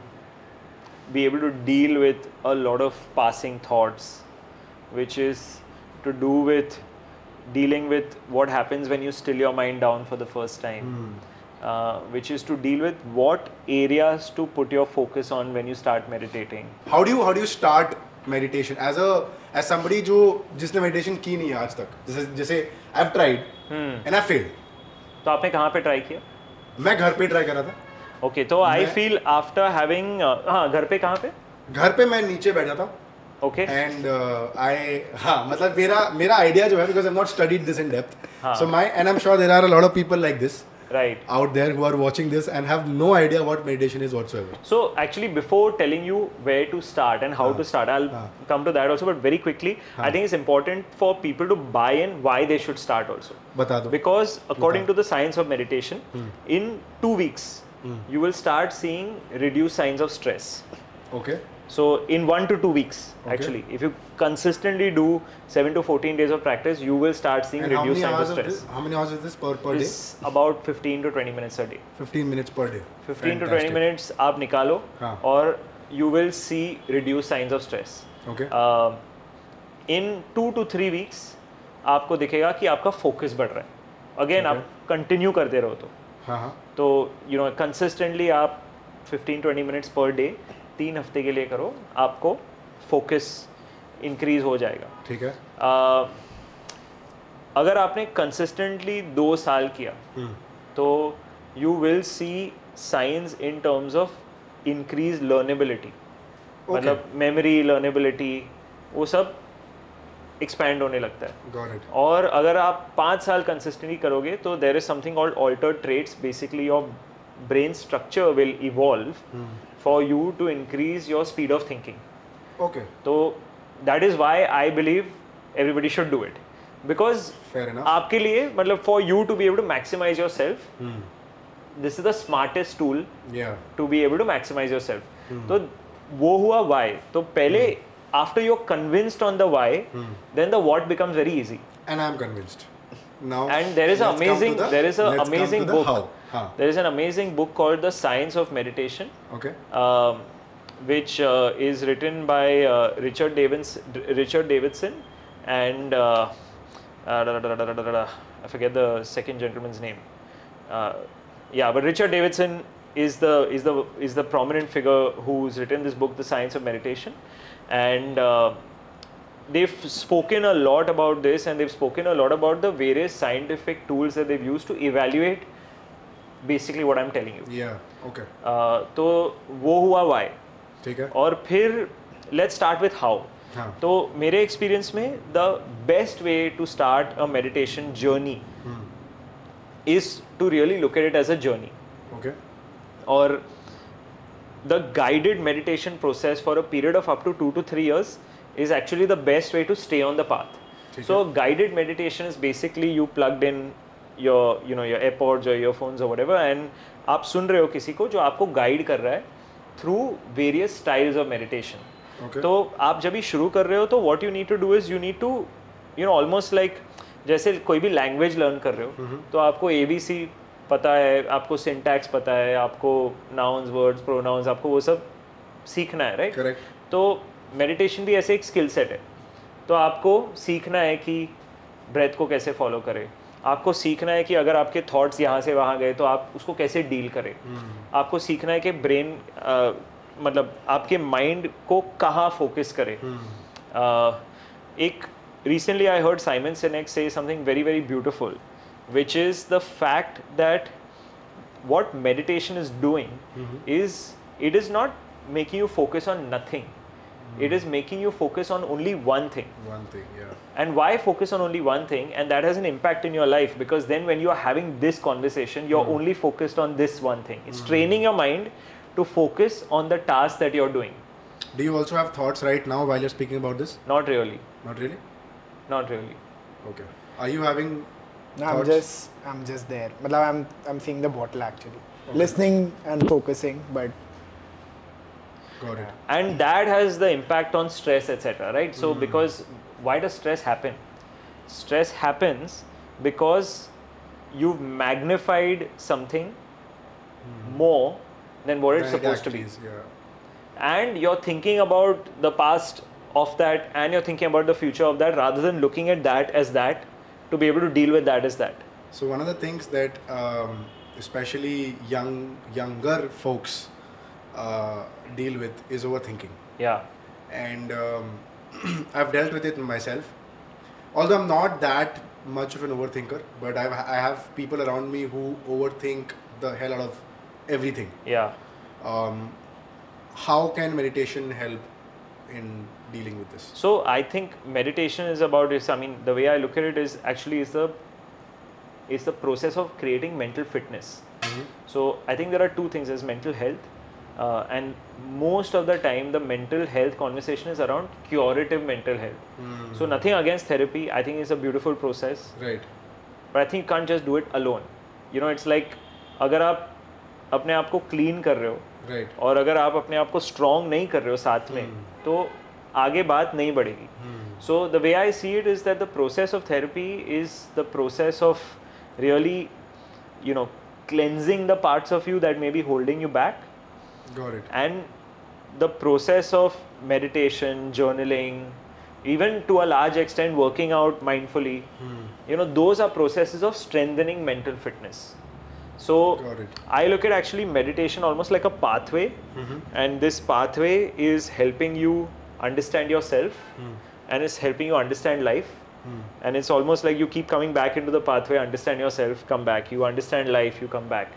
be able to deal with a lot of passing thoughts, which is to do with dealing with what happens when you still your mind down for the first Mm. time, uh, which is to deal with what areas to put your focus on when you start meditating. how do you how do you start meditation as a as somebody जो जिसने meditation की नहीं है आज तक जैसे जैसे I've tried hmm. and I failed तो आपने कहाँ पे ट्राई किया मैं घर पे ट्राई कर रहा था ओके तो आई मैं- फील आफ्टर हैविंग uh, हाँ घर पे कहाँ पे घर पे मैं नीचे बैठा था ओके एंड आई हाँ मतलब मेरा मेरा आइडिया जो है because I not studied this in depth हाँ. So my and I am sure there are a lot of people like this right out there who are watching this and have no idea what meditation is whatsoever So actually, before telling you where to start and how to start, I'll come to that also. But very quickly, I think it's important for people to buy in why they should start also, बता दो because according to the science of meditation, Hmm। in two weeks you will start seeing reduced signs of stress. okay So in one to two weeks, Okay. actually, if you consistently do seven to fourteen days of practice, you will start seeing and how reduced many signs of hours of stress. this how many hours is this per per day It's about fifteen to twenty minutes a day. 15 minutes per day 15 Fantastic. To 20 minutes आप निकालो हाँ। और you will see reduce signs of stress okay Um, in two to three weeks आपको दिखेगा कि आपका focus बढ़ रहा है अगेन आप कंटिन्यू करते रहो तो हाँ हाँ तो यू नो कंसिस्टेंटली आप 15 20 मिनट्स पर डे तीन हफ्ते के लिए करो आपको फोकस इंक्रीज हो जाएगा ठीक है अ, अगर आपने कंसिस्टेंटली दो साल किया तो you will see signs in terms of increase learnability मतलब मेमोरी लर्नेबिलिटी वो सब एक्सपैंड होने लगता है Got it. और अगर आप पाँच साल कंसिस्टेंटली करोगे तो there is something called alter traits basically your brain structure will evolve for you to increase your speed of thinking Okay. तो that is why I believe everybody should do it because Fair enough. Hmm. आपके लिए मतलब for you to be able to maximise your self this is the smartest tool yeah to be able to maximise your self Hmm. तो वो हुआ why तो पहले after you are convinced on the why Hmm. Then the what becomes very easy and i'm convinced now And there is Oh, let's an come to amazing- the- there is an let's come to amazing the book. how. Huh. There is an amazing book called the science of meditation okay um, which uh, is written by uh, Richard Davis, Richard Davidson, and uh, uh, da- da- da- da- da- da- da- da- I forget the second gentleman's name. Uh, yeah, but Richard Davidson is the is the is the prominent figure who's written this book, The Science of Meditation, and. Uh, They've spoken a lot about this, and they've spoken a lot about the various scientific tools that they've used to evaluate basically what I'm telling you. yeah okay अ, तो वो हुआ why ठीक है और फिर let's start with how हाँ. तो मेरे एक्सपीरियंस में the best way to start a meditation journey is to really look at it as a journey okay और the guided meditation process for a period of up to two to three years is actually the best way to stay on the path ठीक so guided meditation is basically you plugged in your you know your AirPods और earphones और whatever and आप सुन रहे हो किसी को जो आपको गाइड कर रहा है through various styles of meditation okay तो आप जब भी शुरू कर रहे हो तो what you need to do is you need to you know almost like जैसे कोई भी लैंग्वेज लर्न कर रहे हो तो आपको ए बी सी पता है आपको सिंटैक्स पता है आपको नाउन्स वर्ड्स प्रोनाउंस आपको वो सब सीखना है राइट Correct. तो मेडिटेशन भी ऐसे एक स्किल सेट है तो आपको सीखना है कि ब्रेथ को कैसे फॉलो करें आपको सीखना है कि अगर आपके थॉट्स यहाँ से वहाँ गए तो आप उसको कैसे डील करें आपको सीखना है कि ब्रेन मतलब आपके माइंड को कहाँ फोकस करें uh, एक recently I heard Simon Sinek say something very very beautiful, which is the fact that what meditation is doing is it is not making you focus on nothing. It is making you focus on only one thing. one thing yeah And why focus on only one thing? And that has an impact in your life because then when you are having this conversation, you're only focused on this one thing. It's training your mind to focus on the task that you're doing. do you also have thoughts right now while you're speaking about this Not really. not really Not really. okay are you having No, I'm Thoughts? just I'm just there. But I'm I'm seeing the bottle actually, listening and focusing. But got it and that has the impact on stress etc right so because why does stress happen stress happens because you've magnified something Hmm. more than what it's Then it supposed to actually be is, yeah and you're thinking about the past of that and you're thinking about the future of that rather than looking at that as that to be able to deal with that as that So one of the things that um, especially young younger folks uh, deal with is overthinking, yeah and um, <clears throat> I've dealt with it myself. Although I'm not that much of an overthinker, but I've, I have people around me who overthink the hell out of everything. yeah Um, how can meditation help in dealing with this? So I think meditation is about this. I mean, the way I look at it is actually is the is the process of creating mental fitness. So I think there are two things: is mental health, uh, and most of the time the mental health conversation is around curative mental health. So nothing against therapy. I think it's a beautiful process, Right. but I think you can't just do it alone. You know, it's like अगर आप अपने आप को clean कर रहे हो Right. और अगर आप अपने आप को स्ट्रांग नहीं कर रहे हो साथ में तो आगे बात नहीं बढ़ेगी so the way I see it is that the process of therapy is the process of really you know cleansing the parts of you that may be holding you back Got it. and the process of meditation journaling even to a large extent working out mindfully you know those are processes of strengthening mental fitness so Got it. i look at actually meditation almost like a pathway Mm-hmm. and this pathway is helping you understand yourself Hmm. and it's helping you understand life and it's almost like you keep coming back into the pathway understand yourself come back you understand life you come back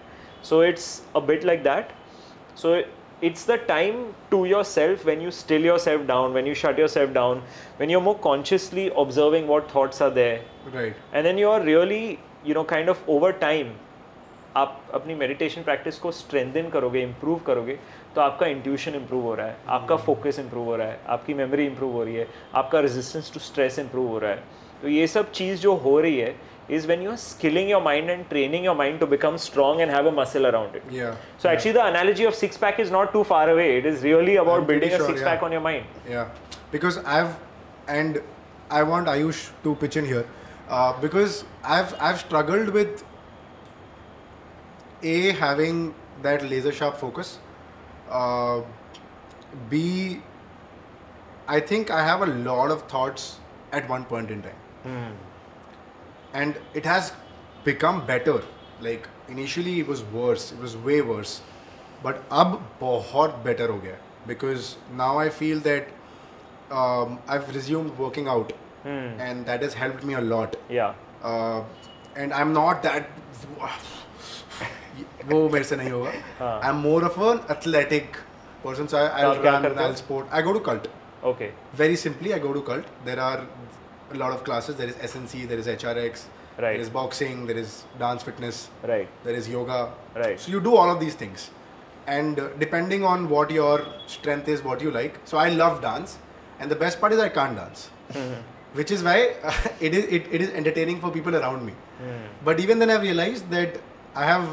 so it's a bit like that so it- it's the time to yourself when you still yourself down when you shut yourself down when you're more consciously observing what thoughts are there Right. and then you're really you know kind of over time आप अपनी meditation practice को strengthen करोगे improve करोगे तो आपका intuition improve हो रहा है आपका Hmm. फोकस इम्प्रूव हो रहा है आपकी मेमोरी इम्प्रूव हो रही है आपका रेजिस्टेंस टू स्ट्रेस इम्प्रूव हो रहा है तो ये सब चीज़ जो हो रही है is when you are skilling your mind and training your mind to become strong and have a muscle around it Yeah. So actually, the analogy of six pack is not too far away. It is really about I'm pretty building a sure, six yeah. pack on your mind. Yeah, because I've and I want Ayush to pitch in here uh, because I've I've struggled with a having that laser sharp focus. Uh, B, I think I have a lot of thoughts at one point in time, and it has become better. Like initially, it was worse. It was way worse, but ab बहुत better हो गया है. because now I feel that um, I've resumed working out, and that has helped me a lot. Yeah. Uh, and I'm not that. <laughs> वो मेरे से नहीं होगा I am more of an athletic person so I आप क्या run करते हो? I sport I go to cult Okay. very simply i go to cult there are a lot of classes there is snc there is hrx there Right. is boxing there is dance fitness Right. there is yoga Right. so you do all of these things and uh, depending on what your strength is what you like so i love dance and the best part is i can't dance which is why <laughs> it is it, it is entertaining for people around me but even then i realized that i have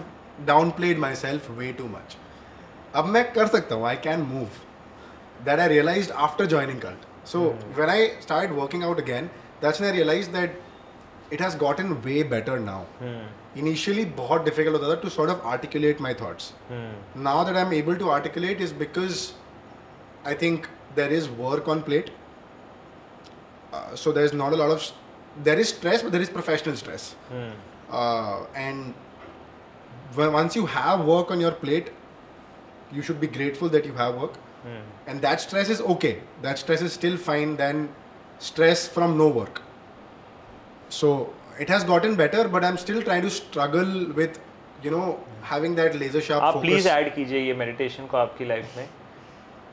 downplayed myself way too much अब मैं कर सकता हूँ I can move that I realized after joining cult. So when I started working out again, that's when I realized that it has gotten way better now. Initially, बहुत difficult होता था to sort of articulate my thoughts. Hmm, Now that I'm able to articulate is because I think there is work on plate. Uh, so there's not a lot of s- there is stress, but there is professional stress. hmm, Uh, and w- once you have work on your plate, you should be grateful that you have work hmm. and that stress is okay that stress is still fine than stress from no work so it has gotten better but i'm still trying to struggle with you know having that laser sharp आप focus please add कीजिए ये meditation को आपकी life में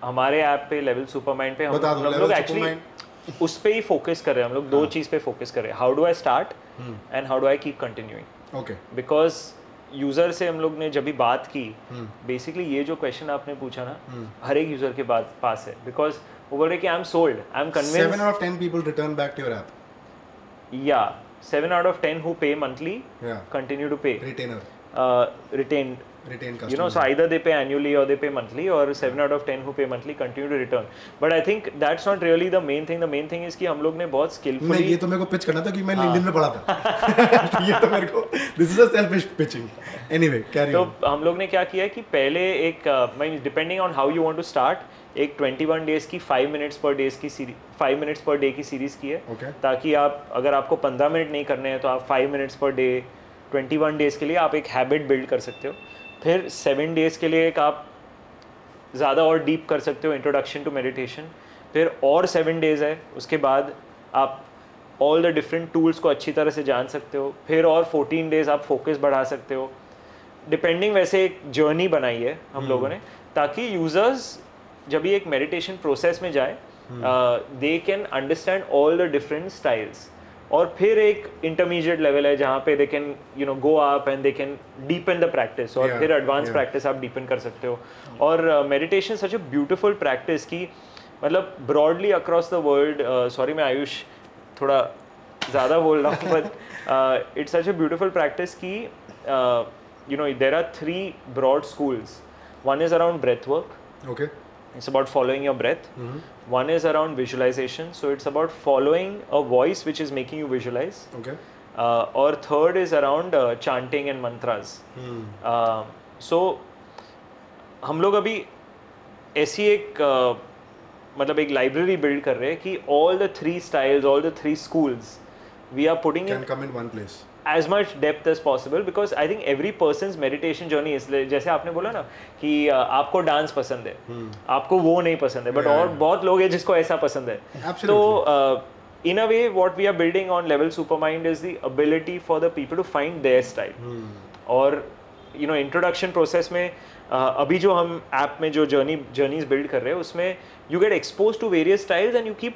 हमारे app पे Level Supermind पे हम बता दो, हम Level लोग Supermind. हाँ। एक्चुअली उस पे ही फोकस कर रहे हैं हम लोग दो चीज पे फोकस कर रहे हैं how do I start hmm. And how do I keep continuing okay because user से हम लोग ने जब भी बात की हम्म। बेसिकली ये जो क्वेश्चन आपने पूछा ना हर एक यूजर के बाद पास है बिकॉज वो बोल रहे कि I am sold I am 7 convince out of 10 people return back to your app Yeah, seven out of ten who pay monthly Yeah. continue to pay retainer uh, retained. retain customer You know, so either they pay annually or they pay monthly, or seven out of ten who pay monthly continue to return. But I think that's not really the main thing. The main thing is कि हम लोग ने बहुत मैं ये skillfully तो मेरे को पिच करना था कि हाँ। मैं लिंक्डइन में पढ़ा <laughs> था ये तो मेरे को this is a selfish pitching anyway carry तो ऑन हम लोग ने क्या किया है कि पहले एक uh, mean depending on how you want to start एक 21 डेज की 5 मिनट्स पर डेज की सीरीज 5 मिनट्स पर डे की सीरीज की है Okay. ताकि आप अगर आपको 15 मिनट नहीं करने हैं तो आप 5 मिनट्स पर डे 21 डेज के लिए आप एक हैबिट बिल्ड कर सकते हो फिर 7 डेज के लिए एक आप ज़्यादा और डीप कर सकते हो इंट्रोडक्शन टू मेडिटेशन फिर और सेवन डेज है उसके बाद आप ऑल द डिफरेंट टूल्स को अच्छी तरह से जान सकते हो फिर और फोर्टीन डेज आप फोकस बढ़ा सकते हो डिपेंडिंग वैसे एक जर्नी बनाई है हम्म। हम लोगों ने ताकि यूजर्स जब ये एक मेडिटेशन प्रोसेस में जाए hmm. They can understand all the different styles और फिर एक इंटरमीडिएट लेवल है जहाँ पे they can you know go up and they can deepen the practice और Yeah, फिर एडवांस yeah. प्रैक्टिस आप डीपन कर सकते हो और uh, meditation such a beautiful practice की मतलब broadly across the world sorry uh, मैं आयुष थोड़ा ज़्यादा बोल रहा हूँ uh, but it's such a beautiful practice की uh, you know there are three broad schools one is around breath work okay it's about following your breath one is around visualization so it's about following a voice which is making you visualize okay uh, or third is around uh, chanting and mantras uh, so हम लोग अभी ऐसी एक uh, मतलब एक library build कर रहे हैं कि all the three styles all the three schools we are putting can come in one place as much depth as possible because I think every person's meditation journey is like- जैसे आपने बोला ना कि uh, आपको dance पसंद है आपको वो नहीं पसंद है बट और बहुत लोग हैं जिसको ऐसा पसंद है तो in a way what we are building on level supermind is the ability for the people to find their style Hmm. और यू नो इंट्रोडक्शन प्रोसेस में uh, अभी जो हम ऐप में जो जर्नी जर्नीज बिल्ड कर रहे हैं उसमें you get expose to various styles and you keep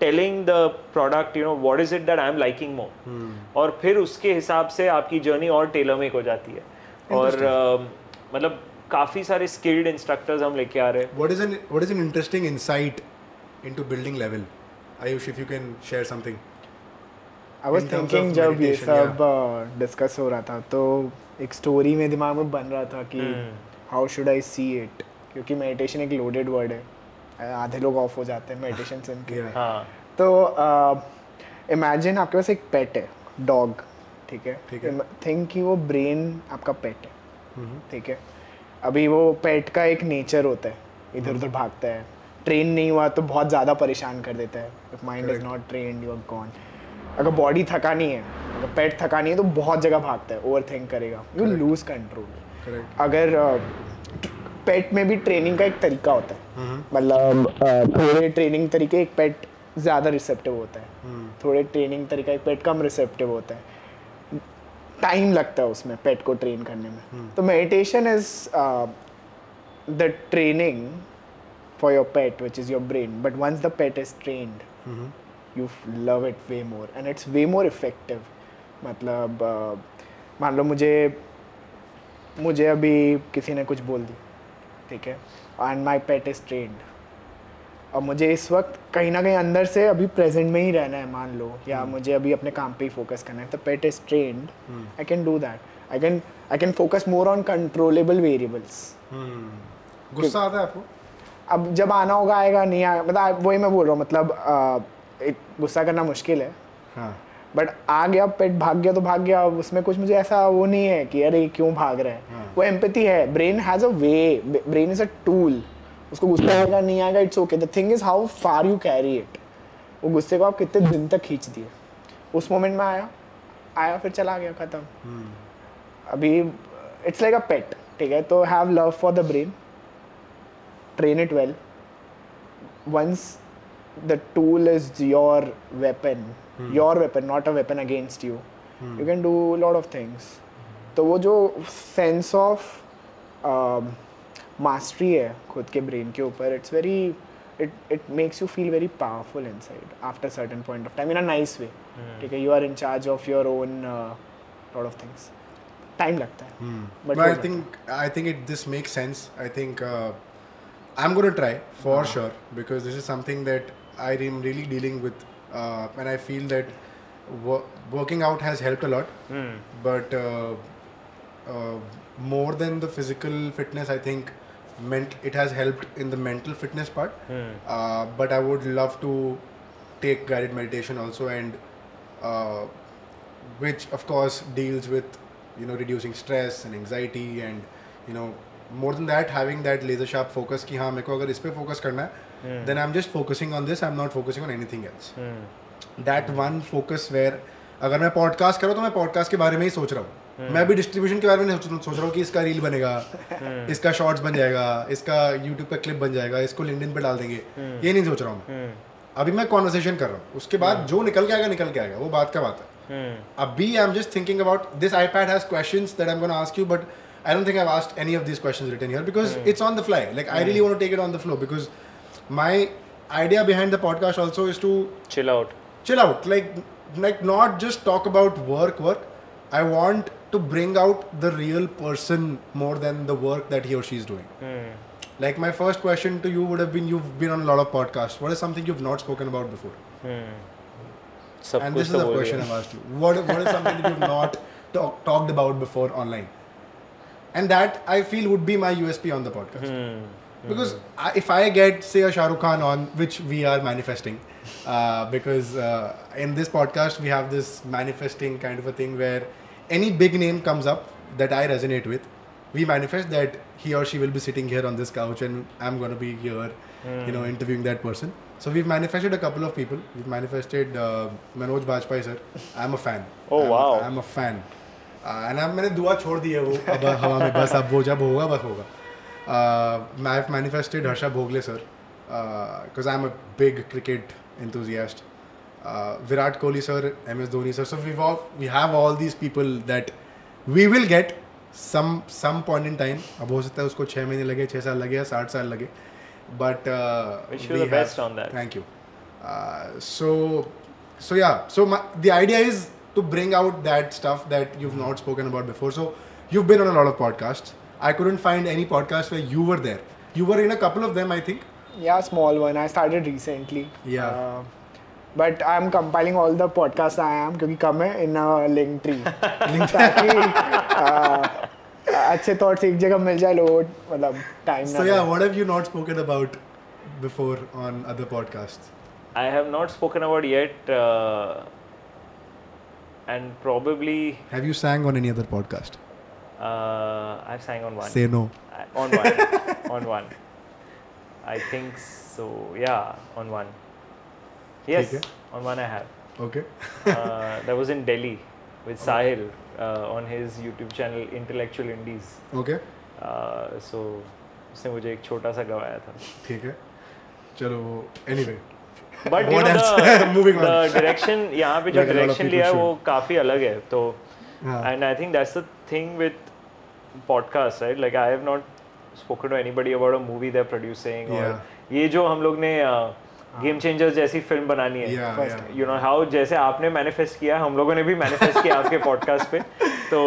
telling the product you know what Hmm. Is it that I am liking more और फिर उसके हिसाब से आपकी जर्नी और टेलर मेक हो जाती है और अ, मतलब काफ़ी सारे स्किल्ड इंस्ट्रक्टर्स हम लेके आ रहे हैं What is an what is an interesting insight into building level? Ayush, if you can share something. I was In terms thinking of जब ये meditation, सब डिस्कस हो रहा था तो एक स्टोरी में दिमाग में बन रहा था कि Hmm. How should I see it क्योंकि मेडिटेशन एक लोडेड वर्ड है आ- आधे लोग ऑफ हो जाते हैं मेडिटेशन सुन के Yeah. हाँ तो इमेजिन आपके पास एक पेट है डॉग ठीक ठीक है। है हम्म। थिंक कि वो ब्रेन आपका पेट है ठीक है अभी वो पेट का एक नेचर होता है इधर हम्म। उधर भागता है ट्रेन नहीं हुआ तो बहुत ज़्यादा परेशान कर देता है if mind is Correct. Not train you are gone अगर बॉडी थका नहीं है अगर पेट थका नहीं है तो बहुत जगह भागता है ओवर थिंक करेगा यू लूज कंट्रोल Correct. अगर पेट में भी ट्रेनिंग का एक तरीका होता है मतलब अ, थोड़े ट्रेनिंग तरीके एक पेट ज़्यादा रिसेप्टिव होता है थोड़े ट्रेनिंग तरीका एक पेट कम रिसेप्टिव होता है टाइम लगता है उसमें पेट को ट्रेन करने में तो meditation is the training for your pet which is your brain but once the pet is trained you love it way more and it's way more effective मतलब अ, मान लो मुझे मुझे अभी किसी ने कुछ बोल दी ठीक है and my pet is trained और मुझे इस वक्त कहीं ना कहीं अंदर से अभी प्रेजेंट में ही रहना है मान लो या मुझे अभी अपने काम पे ही फोकस करना है तो pet is trained I can do that I can I can focus more on controllable variables hmm गुस्सा आता है आपको अब जब आना होगा आएगा नहीं आएगा मतलब आप- वही मैं बोल रहा हूँ मतलब अ, एक गुस्सा करना मुश्किल है हाँ बट आ गया पेट भाग गया तो भाग गया अब उसमें कुछ मुझे ऐसा वो नहीं है कि अरे क्यों भाग रहे हैं हाँ। वो एम्पति है brain has a way brain is a tool उसको गुस्सा आएगा नहीं आएगा it's okay the thing is how far you carry it वो गुस्से को आप कितने दिन तक खींच दिए उस मोमेंट में आया आया फिर चला गया ख़त्म अभी इट्स लाइक अ पेट ठीक है तो have love for the brain train it well once the tool is your weapon your weapon not a weapon against you you can do a lot of things तो वो जो sense of mastery है खुद के brain के ऊपर it's very it it makes you feel very powerful inside after certain point of time in a nice वे ठीक है you are in charge of your own uh, lot of things time लगता है But, But I what- think I think it this makes sense. I think uh, I'm going to try for sure because this is something that I am really dealing with, uh, and I feel that wo- working out has helped a lot. But uh, uh, more than the physical fitness, I think meant it has helped in the mental fitness part. Uh, but I would love to take guided meditation also and. Uh, which of course deals with you know reducing stress and anxiety and you know more than that having that laser sharp focus कि हाँ मेरे को अगर इस पे focus करना है then I'm just focusing on this I'm not focusing on anything else that one focus where अगर मैं podcast करूँ तो मैं podcast के बारे में ही सोच रहा हूँ मैं भी distribution के बारे में नहीं सोच सोच रहा हूँ कि इसका reel बनेगा इसका shorts बन जाएगा इसका YouTube पे clip बन जाएगा इसको LinkedIn पे डाल देंगे ये नहीं सोच रहा हूँ मैं अभी मैं कॉन्वर्सेशन कर रहा हूँ उसके बाद जो निकल के आएगा निकल के आएगा वो बात का बात है Abhi, I'm just thinking about this iPad has questions that I'm going to ask you, but I don't think I've asked any of these questions written here because it's on the fly. Like, I really want to take it on the flow because my idea behind the podcast also is to chill out chill out like like not just talk about work work i want to bring out the real person more than the work that he or she is doing like my first question to you would have been you've been on a lot of podcasts what is something you've not spoken about before सब and कुछ this is तो the बोल question दिया I've asked you. What, what is something that you've not <laughs> talk, talked about before online? And that I feel would be my USP on the podcast. Because I, if I get, say, a Shah Rukh Khan on, which we are manifesting, uh, because uh, in this podcast we have this manifesting kind of a thing where any big name comes up that I resonate with, we manifest that he or she will be sitting here on this couch and I'm going to be here, you Hmm. know, interviewing that person. So we've manifested a couple of people. We've manifested uh, Manoj Bajpayee sir. I'm a fan. Oh, I'm a- wow. I'm a fan. Uh, and अब मैंने दुआ छोड़ दी है वो <laughs> अब हवा में बस अब वो जब होगा बस होगा Uh, I have manifested Harsha Bhogle Uh, sir because I am a big cricket enthusiast Uh, Virat Kohli sir M S Dhoni sir so we we have all these people that we will get some some point in time अब हो सकता है उसको छः महीने लगे छः साल लगे या साठ साल लगे but Wish you the best on that. Thank you. Uh, so, so yeah. So my, the idea is to bring out that stuff that you've not spoken about before. So You've been on a lot of podcasts. I couldn't find any podcast where you were there. You were in a couple of them, I think. Yeah, small one. I started recently. Yeah. Uh, but I'm compiling all the podcasts I am क्योंकि कम है in a link <laughs> tree. <laughs> ताकि uh, अच्छे thoughts एक जगह मिल जाए लोगों को, मतलब time So yeah, what have you not spoken about before on other podcasts? I have not spoken about yet, uh, and probably Have you sang on any other podcast? uh, I've sang on one. Say no. I- on one. on one. I think so. Yeah, on one. Yes, Okay. on one I have. Okay. <laughs> Uh, that was in Delhi with Sahil uh, on his YouTube channel Intellectual Indies. Okay. Uh, so उसने मुझे एक छोटा सा गवाया था ठीक है चलो वो anyway but What else? <laughs> Moving on. Direction <laughs> यहाँ पे जो Like a lot of direction people लिया है should. वो काफी अलग है तो हाँ. And I think that's the thing with podcast right like I have not spoken to anybody about a movie they are producing और Yeah. हाँ। ये जो हम लोग ने गेम चेंजर्स जैसी फिल्म बनानी है Yeah, yeah. You know how जैसे आपने मैनिफेस्ट किया हम लोगों ने भी मैनिफेस्ट किया <laughs> आपके पॉडकास्ट पे तो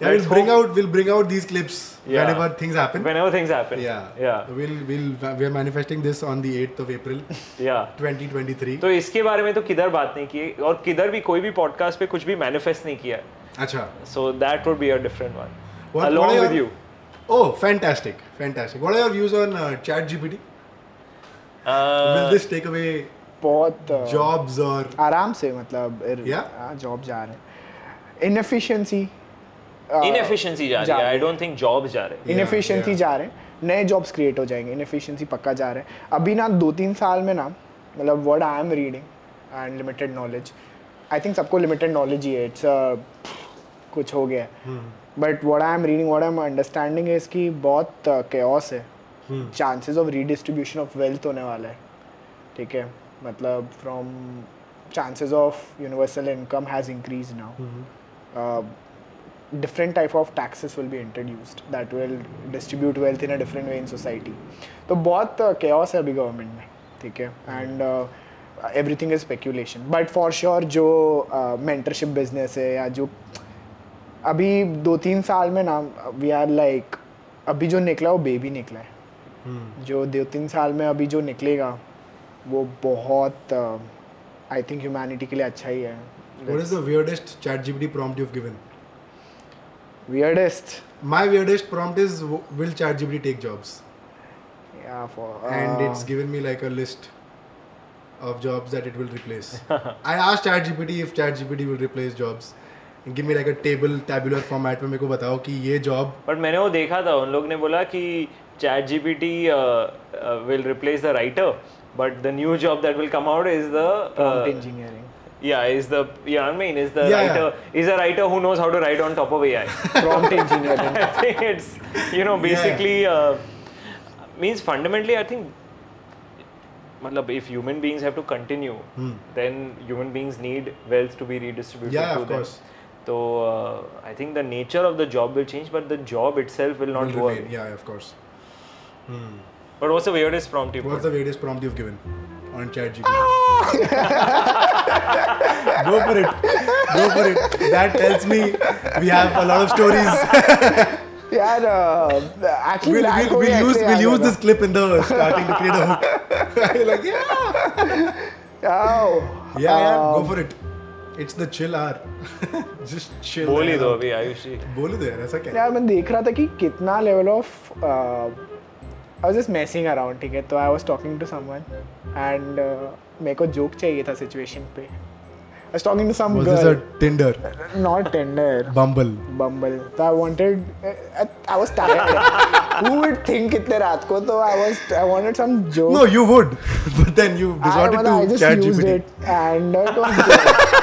yeah, we'll bring out we'll bring out these clips Yeah. whenever things happen whenever things happen yeah या we'll we'll we're manifesting this on the 8th of April या 2023 तो इसके बारे में तो किधर बात नहीं की है और किधर भी कोई भी पॉडकास्ट पे कुछ भी मैनिफेस्ट नहीं किया अच्छा so that would be a different one What- what along are with your- you Oh, fantastic, fantastic. What are your views on uh, ChatGPT? Uh, Will this take away बहुत uh, jobs or आराम से मतलब Yeah? Job जा रहे हैं uh, inefficiency inefficiency Uh, जा रही है आई डोंट थिंक जॉब्स जा रहे Yeah, इनएफिशिएंसी yeah. जा रहे हैं नए जॉब्स क्रिएट हो जाएंगे इनएफिशिएंसी पक्का जा रहे हैं अभी ना दो तीन साल में ना मतलब word I am reading and limited knowledge I think सबको लिमिटेड नॉलेज ही है इट्स कुछ हो गया हम्म। But what I am reading what I am understanding है इसकी बहुत केयस है हम्म। Chances of redistribution of wealth होने वाला है ठीक है मतलब from chances of universal income has increase हम्म। Now different type of taxes will be introduced that will distribute wealth in a different way in society तो बहुत chaos है अभी government में ठीक है and uh, everything is speculation but for sure जो uh, mentorship business है या जो अभी दो तीन साल में ना वी आर लाइक अभी जो निकला वो बेबी निकला है हम्म। जो दो तीन साल में अभी जो निकलेगा वो बहुत uh, आई थिंक ह्यूमैनिटी के लिए अच्छा ही है what is the weirdest ChatGPT prompt you've given? weirdest My weirdest prompt is w- will ChatGPT take jobs? yeah for and uh, it's given me like a list of jobs that it will <laughs> replace. I asked ChatGPT if ChatGPT will replace jobs. And give me like a table, tabular format में मेरे को बताओ कि ये job but मैंने वो देखा था उन लोग ने बोला कि uh, ChatGPT will replace the writer but the new job that will come out is Uh, prompt the engineering uh, Yeah, is the you know what I mean? Is the Yeah, yeah. writer is a writer who knows how to write on top of AI? prompt <laughs> engineering. I think it's you know basically uh, means fundamentally I think matlab, if human beings have to continue Hmm. then human beings need wealth to be redistributed Yeah, to of them. course. So uh, I think the nature of the job will change but the job itself will not will go remain. away. Yeah, of course. But what's the weirdest prompt you What's put? the weirdest prompt you've given on ChatGPT? Ah! <laughs> Go for it. Go for it. That tells me we have a lot of <laughs> stories. यार uh, actually We'll, lag we'll, हो गया we'll use इसलिए we'll याद use होगा। this clip in the starting to create a <laughs> hook. like yeah, Oh, yeah, yeah. Go for it. It's the chill hour. <laughs> Just chill. बोल ही the दो hell out. अभी आयुष जी बोल ही दो यार ऐसा क्या यार मैं देख रहा था कि कितना uh, level of I was just messing around ठीक है तो I was talking to someone and uh, मेरे को जोक चाहिए था सिचुएशन पे I was talking to some Was this a girl Tinder? Not Tinder Bumble. Bumble तो I wanted I was <laughs> tired who would think इतने रात को तो I was I wanted some joke No, you would, <laughs> but then you I, resorted well, I to just used ChatGPT. it and it was <laughs> good.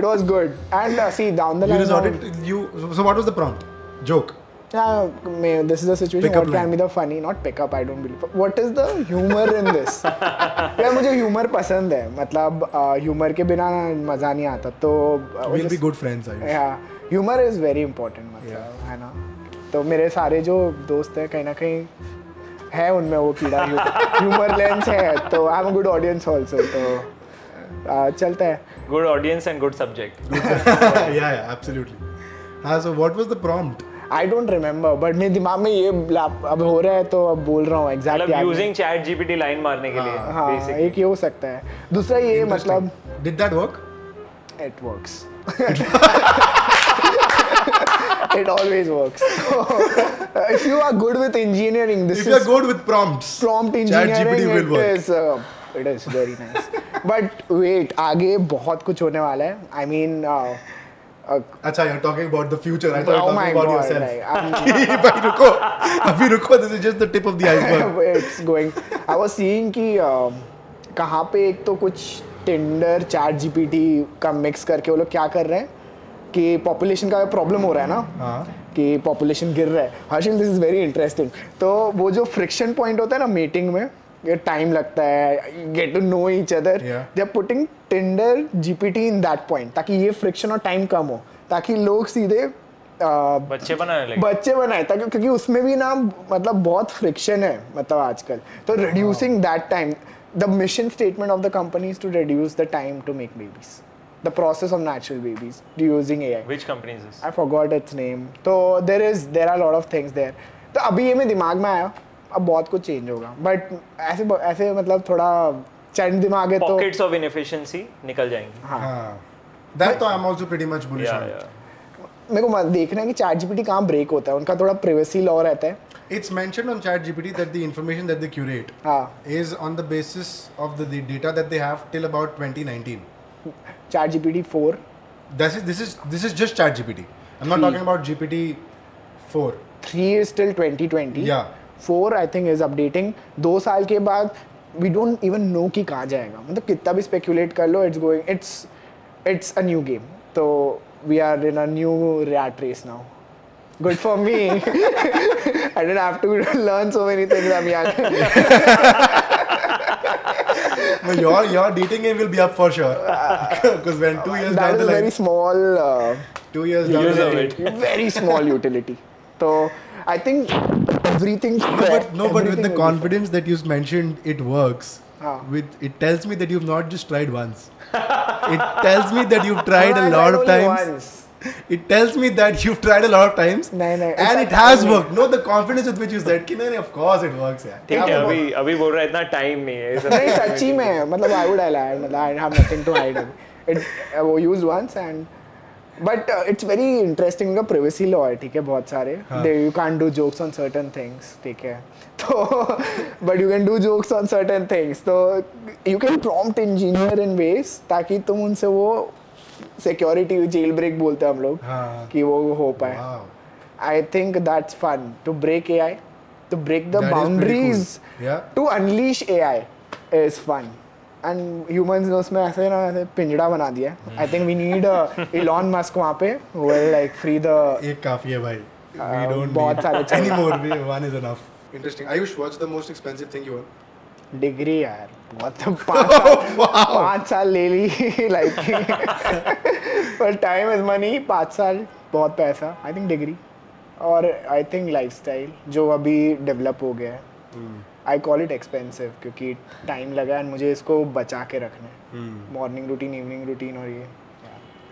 it was good. And uh, see, down the You line, resorted. To, you. So, so what was the prompt? Joke. now, um, yeah, may- this is the situation. Pickup What can line. be the funny? Not pick up. I don't believe. What is the humor in <laughs> this? यार मुझे humor पसंद है. मतलब uh, humor के बिना मजा नहीं आता. तो uh, We'll just- be good friends, I <laughs> guess. yeah, humor is very important. मतलब है ना. तो मेरे सारे जो दोस्त हैं कहीं ना कहीं है उनमें वो कीड़ा <laughs> ह्यूमर लेंस है तो I am good audience also तो uh, चलता है Good audience and good subject. yeah, yeah, absolutely. हाँ so what was the prompt? I don't remember but मेरे दिमाग में ये लैप अब हो रहा है तो अब बोल रहा हूँ एग्जैक्ट मतलब यूजिंग चैट जीपीटी लाइन मारने के लिए Ah. हाँ बेसिकली एक ये हो सकता है दूसरा ये मतलब Did that work? it works. it always works. <laughs> So, uh, if you are good with engineering, this If is you're good with prompts, prompt ChatGPT engineering. will it work. is, uh, it is very nice. But wait, आगे बहुत कुछ होने वाला है. I mean, uh, uh, अच्छा you're talking about the future. I thought you oh were my talking about god, yourself. <laughs> like, I'm भाई रुको अभी रुको this is just the tip of the <laughs> <laughs> iceberg it's going. I was seeing कि uh, कहाँ पे एक तो कुछ टिंडर चैट जीपीटी का मिक्स करके वो लोग क्या कर रहे हैं कि पॉपुलेशन का प्रॉब्लम हो रहा है ना हाँ कि पॉपुलेशन गिर रहा है Harshil this is very interesting तो वो जो फ्रिक्शन पॉइंट होता है ना मीटिंग में ये टाइम लगता है get to know each other Yeah. They are putting Tinder GPT in that point ताकि ये फ्रिक्शन और टाइम कम हो ताकि लोग सीधे uh, बच्चे बनाने लगे बच्चे बनाए ताकि क्योंकि उसमें भी ना मतलब बहुत फ्रिक्शन है मतलब आजकल तो reducing that time the mission statement of the company is to reduce the time to make babies the process of natural babies using AI which companies is I forgot its name तो there is there are lot of things there तो अभी ये मेरे दिमाग में आया अब बहुत कुछ चेंज होगा बट ऐसे ऐसे मतलब थोड़ा चंड दिमाग है तो पॉकेट्स ऑफ इनएफिशिएंसी निकल जाएंगी हाँ हाँ that तो I'm also pretty much bullish या on. या मेरे को मत- देखना है कि चैट जीपीटी कहाँ ब्रेक होता है उनका थोड़ा प्रिवेसी लॉ रहता है It's mentioned on ChatGPT that the information that they curate हाँ is on the basis of the, the data that they have till about 2019. ChatGPT four This is this is this is just ChatGPT. I'm not talking about GPT four. Three is till 2020 Yeah. Four I think is updating दो साल के बाद we don't even know कि कहाँ जाएगा मतलब कितना भी स्पेकुलेट कर लो it's going it's it's a new game तो we are in a new rat race now good for me <laughs> I don't have to learn so many things I <laughs> am young Well, your your dating game will be up for <laughs> sure. Because when two years down that is the very line, small two years down Use the of line, it. Very small utility तो I think everything No, but no, but with the confidence that you mentioned, it works. Ah. With it tells me that you've not just tried once. it tells me that you've <laughs> tried a lot of times. It tells me that you've tried a lot of times. No, no, it's and a it has timing. worked. No, the confidence with which you said, "Ki, nahi, nahi, of course it works." Yeah. ठीक है Yeah, अभी अभी बोल रहा है इतना time नहीं है ये सब नहीं सच्ची में मतलब आई वुड आई लाइक मतलब I have nothing to hide it वो use once and but it's very interesting उनका प्राइवेसी लॉ है ठीक है बहुत सारे they you can do jokes on certain things ठीक है तो but you can do jokes on certain things तो you can prompt engineer in ways ताकि तुम उनसे वो सिक्योरिटी जेल ब्रेक बोलते हैं हम लोग हाँ। कि वो हो पाए Wow. I think that's fun to break AI, to break the That is pretty boundaries, cool. Yeah. to unleash AI is fun. And humans ने उसमें ऐसे ना ऐसे पिंजड़ा बना दिया है I think we need <laughs> Elon Musk uh, वहाँ पे will like free the एक काफी है भाई. We हाँ, don't <laughs> बहुत सारे <laughs> need चाहिए। any more. We, one is enough. Interesting. Ayush, what's the most expensive thing you own? degree यार बहुत पाँच साल पाँच साल ले ली like पर time is money पाँच साल बहुत पैसा आई थिंक डिग्री और आई थिंक लाइफस्टाइल जो अभी डेवलप हो गया है आई कॉल इट एक्सपेंसिव क्योंकि टाइम लगा एंड मुझे इसको बचा के रखना है मॉर्निंग रूटीन इवनिंग रूटीन और ये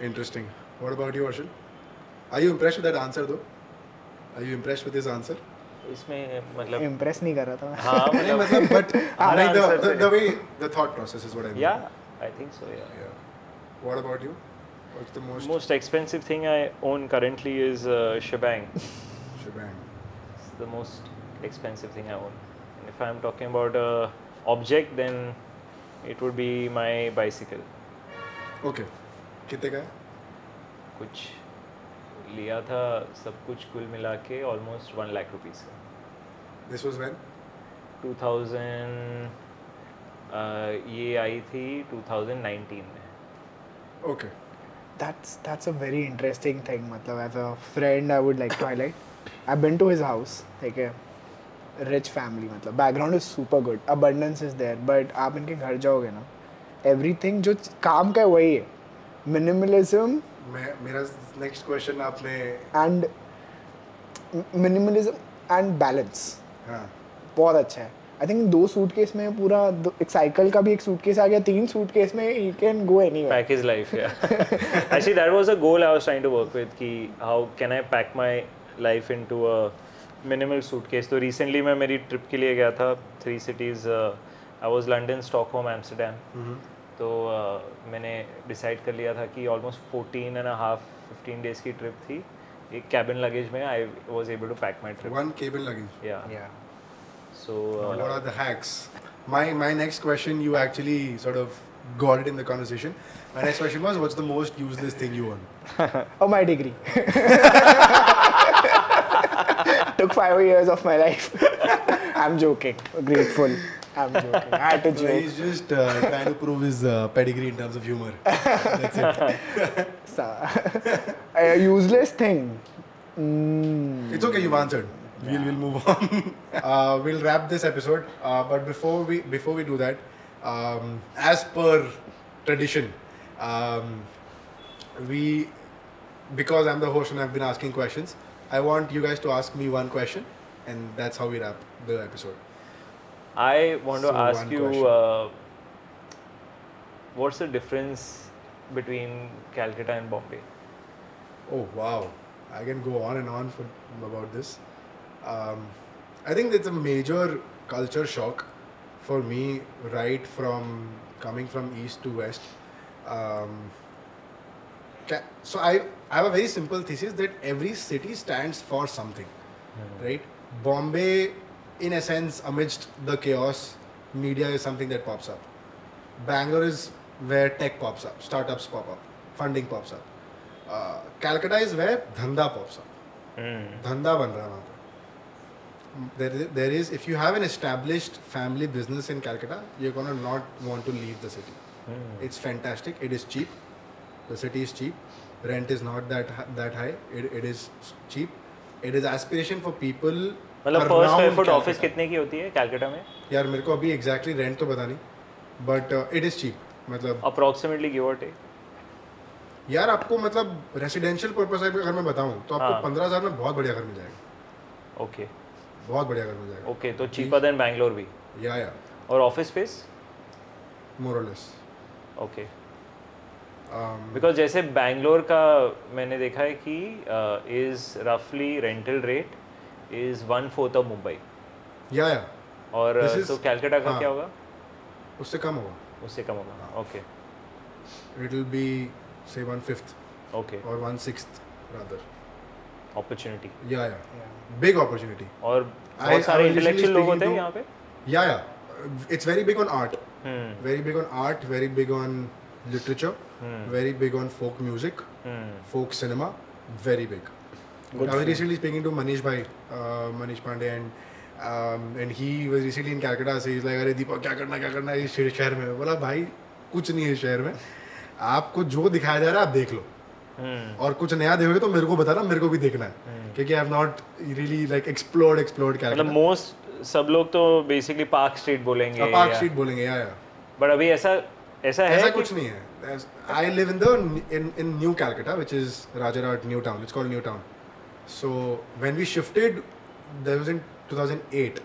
Interesting. What about you, Arshil? Are you impressed with that answer, though? Are you impressed with his <laughs> answer? इसमें मतलब इम्प्रेस नहीं कर रहा था मैं हाँ नहीं, मतलब मतलब, but Our like the, answer the, से- the way the thought process is what I mean. Yeah I think so yeah Yeah. What about you? What's the most, Most expensive thing I own currently is uh, Shebang. it's shebang? the most expensive thing I own. And if I'm talking about a object, then it would be my bicycle, Okay. कितने का है? कुछ लिया था सब कुछ कुल मिला के almost वन लाख रुपीस का This was when? 2000 uh, ये आई थी 2019 में Okay. that's that's a very interesting thing matlab as a friend i would like to highlight i've been to his house like a rich family matlab background is super good abundance is there but आप इनके घर जाओगे ना everything जो काम का है वही है minimalism मैं मेरा next question आपने and minimalism and balance हाँ बहुत अच्छा है आई थिंक दो सूटकेस में पूरा दो- एक साइकिल का भी एक सूटकेस आ गया तीन सूटकेस में you can go anywhere pack his life yeah <laughs> actually that was a goal i was trying to work with ki how can i pack my life into a minimal suitcase तो recently मैं मेरी trip के लिए गया था three cities uh, i was london stockholm amsterdam तो uh, मैंने decide कर लिया था कि almost 14 and a half 15 days की trip थी एक cabin luggage में i was able to pack my trip One cable luggage. yeah yeah so uh, What are the hacks? My my next question, you actually sort of got it in the conversation. My next question was, what's the most useless thing you own? Oh, my degree. Took five years of my life. I'm joking. Grateful. I'm joking. I <laughs> had to So joke. he's just uh, trying to prove his uh, pedigree in terms of humor. That's it. So, a useless thing. Mm. It's okay, you've answered. We'll, we'll move on. <laughs> uh, we'll wrap this episode. Uh, but before we before we do that, um, as per tradition, um, we because I'm the host and I've been asking questions, I want you guys to ask me one question, and that's how we wrap the episode. I want So, to ask one you question. uh, what's the difference between Calcutta and Bombay? Oh wow, I can go on and on for about this. Um, I think it's a major culture shock for me, right from coming from east to west. Um, ca- so I, I have a very simple thesis that every city stands for something, right? Bombay, in a sense, amidst the chaos, media is something that pops up. Bangalore is where tech pops up, startups pop up, funding pops up. Uh, Calcutta is where dhanda pops up. धंधा बन रहा है वहाँ पे there there is if you have an established family business in Calcutta you gonna not want to leave the city it's fantastic it is cheap the city is cheap rent is not that that high it it is cheap it is aspiration for people मतलब first square foot office कितने की होती है कलकत्ता में यार मेरे को अभी एग्जैक्टली रेंट तो पता नहीं uh, but it is cheap मतलब अप्रोक्सीमेटली गिव और टेक यार आपको मतलब रेसिडेंशियल पर्पज अगर मैं बताऊं तो आपको हाँ। पंद्रह हजार में बहुत बढ़िया घर मिल जाएगा ओके बहुत बढ़िया घर मिल जाएगा ओके तो चीपर देन बैंगलोर भी या या और office space मोरलेस okay Hmm. um, because जैसे बैंगलोर का मैंने देखा है कि uh, इज रफली rental rate is one fourth of Mumbai या या और This uh, is- तो कैलकाटा का हाँ। क्या होगा उससे कम होगा उससे कम होगा okay it will be say one fifth okay और वन सिक्स्थ रादर हाँ. Opportunity yeah yeah big opportunity और I- बहुत I सारे was recently इंटेलेक्चुअल लोग speaking होते हैं to- यहाँ पे yeah yeah it's very big on art hmm, very big on art very big on literature very big on folk music hmm, folk cinema very big i was recently speaking to manish bhai uh, manish pandey and um, and he was recently in calcutta so he's like अरे दीपक क्या करना क्या करना है इस शहर- शहर में बोला भाई कुछ नहीं है इस शहर में आपको जो दिखाया जा रहा है आप देख लो और कुछ नया देखोगे तो मेरे को बताना मेरे को भी देखना है क्योंकि I have not really like explored explored मतलब कैलकाटा मोस्ट सब लोग तो बेसिकली पार्क स्ट्रीट बोलेंगे पार्क स्ट्रीट बोलेंगे या या बट अभी ऐसा ऐसा हाँ, ऐसा है कुछ नहीं है I live in the in in new Calcutta which is Rajarhat new town it's called new town so when we shifted that was in 2008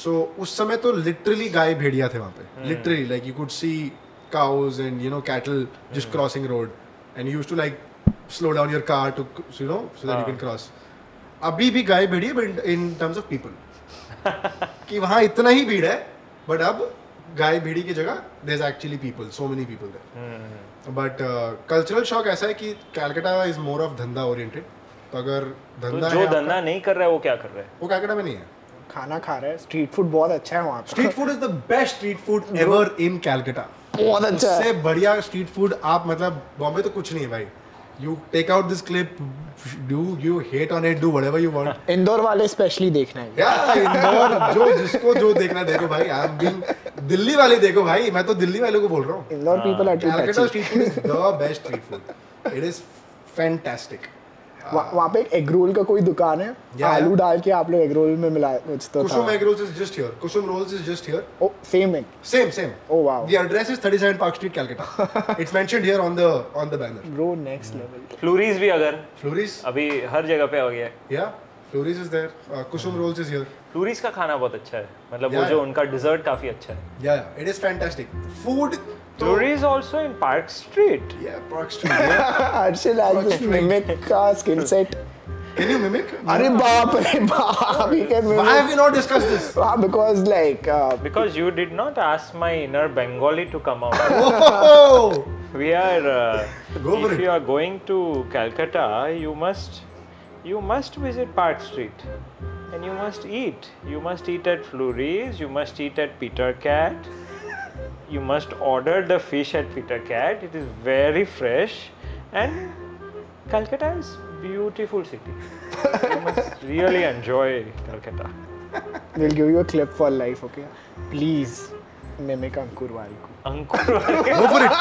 सो उस समय तो लिटरली गाय भेड़िया थे वहाँ पे hmm. Literally like you could see cows and you know cattle hmm. Just crossing road and use to like slow down your car to you know so that you हाँ। कैन क्रॉस अभी भी गाय भेड़ी है but in terms of people कि वहाँ इतना ही भीड़ है बट अब गाय भीड़ी की जगह there is actually people so many people hmm. There but cultural shock uh, ऐसा है कि कैलकाटा इज मोर ऑफ धंधा ओरिएंटेड तो अगर तो धंधा जो है धंधा नहीं कर रहा है वो क्या कर रहा है वो कैलकाटा में नहीं <laughs> है खाना खा रहा है स्ट्रीट फूड बहुत अच्छा है वहाँ पे street food is the best street food ever in Calcutta बहुत अच्छा है उससे बढ़िया स्ट्रीट फूड आप मतलब बॉम्बे तो कुछ नहीं है भाई you take out this clip do you hate on it do whatever you want Indore वाले स्पेशली देखना है यार इंदौर जो जिसको जो देखना देखो भाई आई एम बीइंग दिल्ली वाले देखो भाई मैं तो दिल्ली वाले को बोल रहा हूँ Indore people are too Calcutta street food is the best street food. It is fantastic. वहाँ पे एक एग रोल का कोई दुकान है yeah. आलू डाल के आप लोग एग रोल में मिला तो बेचते Kusum egg rolls is just here. Kusum rolls is just here. Oh same है Same, same. Oh, wow. The address is 37 Park Street, <laughs> Calcutta. it's mentioned here on the on the banner. Bro next level फ्लूरीज भी अगर Flurries? अभी हर जगह पे आ गया है Yeah. Tories is there. Uh, Hmm. Kusum rolls is here. Tourist का खाना बहुत अच्छा है मतलब वो Yeah, जो yeah. उनका डिजर्ट काफी अच्छा है Yeah, yeah, it is fantastic. Food. तो- tourist also in Park Street Yeah, Park Street. yeah. <laughs> Harsil आज मिमिक का skill set Can you <laughs> mimic? अरे बाप रे बाप he can Why have we not discussed <laughs> this? हाँ, because like uh, because you did not ask my inner bengali to come out Oh, we are uh, <laughs> Go for if it. you are going to calcutta you must you must visit park street and you must eat you must eat at fleury's you must eat at peter cat you must order the fish at peter cat it is very fresh and calcutta is beautiful city you must really enjoy <laughs> calcutta we'll give you a clip for life okay please mimic Ankur Wal को Ankur go for it.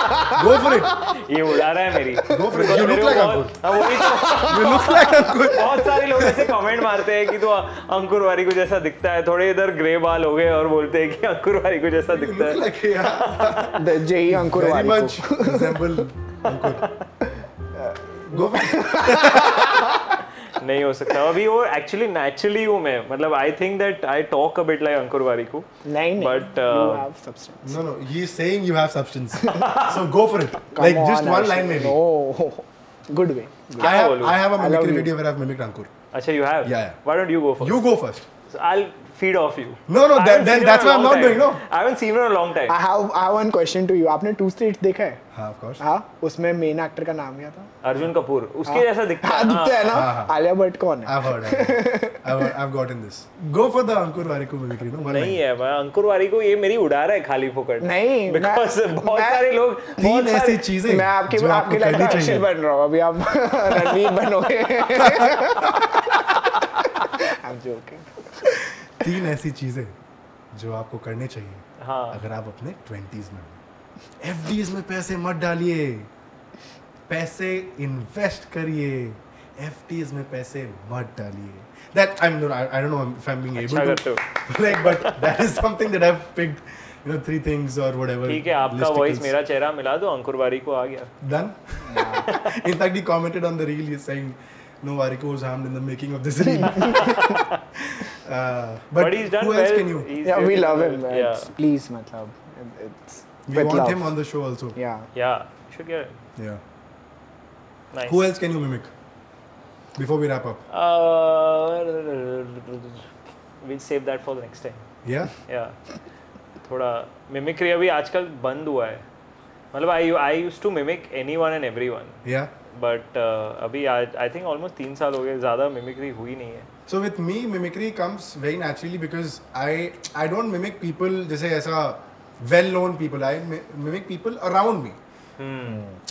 Go for it. ये उड़ा रहा है मेरी Go for it. You look like Ankur. हाँ, वो भी तो- You look like Ankur. बहुत सारे लोग ऐसे कमेंट मारते हैं कि तो अंकुर वारी को जैसा दिखता है थोड़े इधर ग्रे बाल हो गए और बोलते हैं कि अंकुर वारी को जैसा You दिखता look है like yeah. the JE Ankur Very Wal को much resemble Ankur. Uh, Go for it. नहीं हो सकता अभी वो एक्चुअली नेचुरली हूँ मैं मतलब I think that I talk a bit like Ankur Warikoo नहीं नहीं But, you uh, have substance No, no. He's saying you have substance. so go for it. like Come just on, one Harshil. line maybe. no good way I have, Bolu. I have a I love mimicry you. video where I've mimicked Ankur. अच्छा you have Yeah, yeah. Why don't you go for You go first. I feed off you No, no, that- then that's why I'm not doing, no. Ah. I haven't seen in a long I time have I have one question to you आपने to states देखा है हाँ, of course. हाँ उसमें main actor का नाम क्या था अर्जुन कपूर उसके Ah. जैसा <laughs> दिखता हाँ है दिखता है ना हाँ, हाँ। आलिया भट्ट कौन है I've heard. I've, heard. I've, heard. I've gotten this. Go for the Ankur Variku mimicry. No, one नहीं line. है मैं अंकुर वारी को ये मेरी उड़ा रहा है खाली फोकट नहीं, मैं- बिकॉज बहुत मैं- सारे लोग तीन बहुत ऐसी सारे चीजें मैं आपके जो आपके आपको लाइफ करनी में अक्षर चाहिए बन रहा हूँ अभी आप <laughs> रणवीर <laughs> बनोगे आप जोकिंग तीन ऐसी चीजें जो आपको करने चाहिए हाँ अगर आप अपने ट्वेंटीज में एफ में पैसे मत डालिए पैसे इन्वेस्ट करिए एफ में पैसे मत डालिए That I'm not, I, I don't know if I'm being able अच्छा to, करते <laughs> like, but that is something that I've picked, you know, three things or whatever. ठीक है आपका वॉइस listicles. मेरा चेहरा मिला दो अंकुर वारी को आ गया Done. <laughs> in fact, he commented on the reel. He's saying, "No, Variko was harmed in the making of this reel." <laughs> uh, but But he's done who else well. can you? He's या we really love well. Him Yeah. Please मतलब it's We want him on the show also. Yeah. Yeah Yeah, you should get it. Nice. Who else can you mimic? Before we wrap up, Uh, we'll save that for the next time. yeah. Yeah. थोड़ा mimicry अभी आजकल बंद हुआ है मतलब I I use to mimic anyone and everyone Yeah. But uh, अभी आई think almost तीन साल हो गए ज़्यादा मिमिक्री हुई नहीं है So with me, mimicry comes very naturally because I I don't mimic people. They say as a well-known people. I mi- mimic people around me,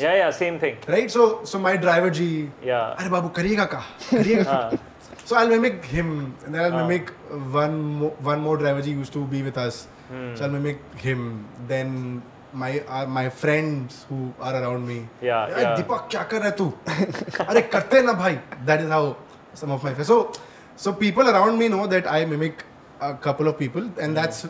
yeah yeah same thing right? So so my driver G. Yeah अरे बाबू करिएगा का करिएगा का हाँ So I'll mimic him, and then I'll mimic one mo- one more driver who used to be with us. Hmm. So I'll mimic him. Then my uh, my friends who are around me. Yeah, "अरे yeah. दीपक क्या कर रहा है <laughs> तू? अरे करते ना भाई. That is how some of my friends. So so people around me know that I mimic a couple of people, Hmm. and that's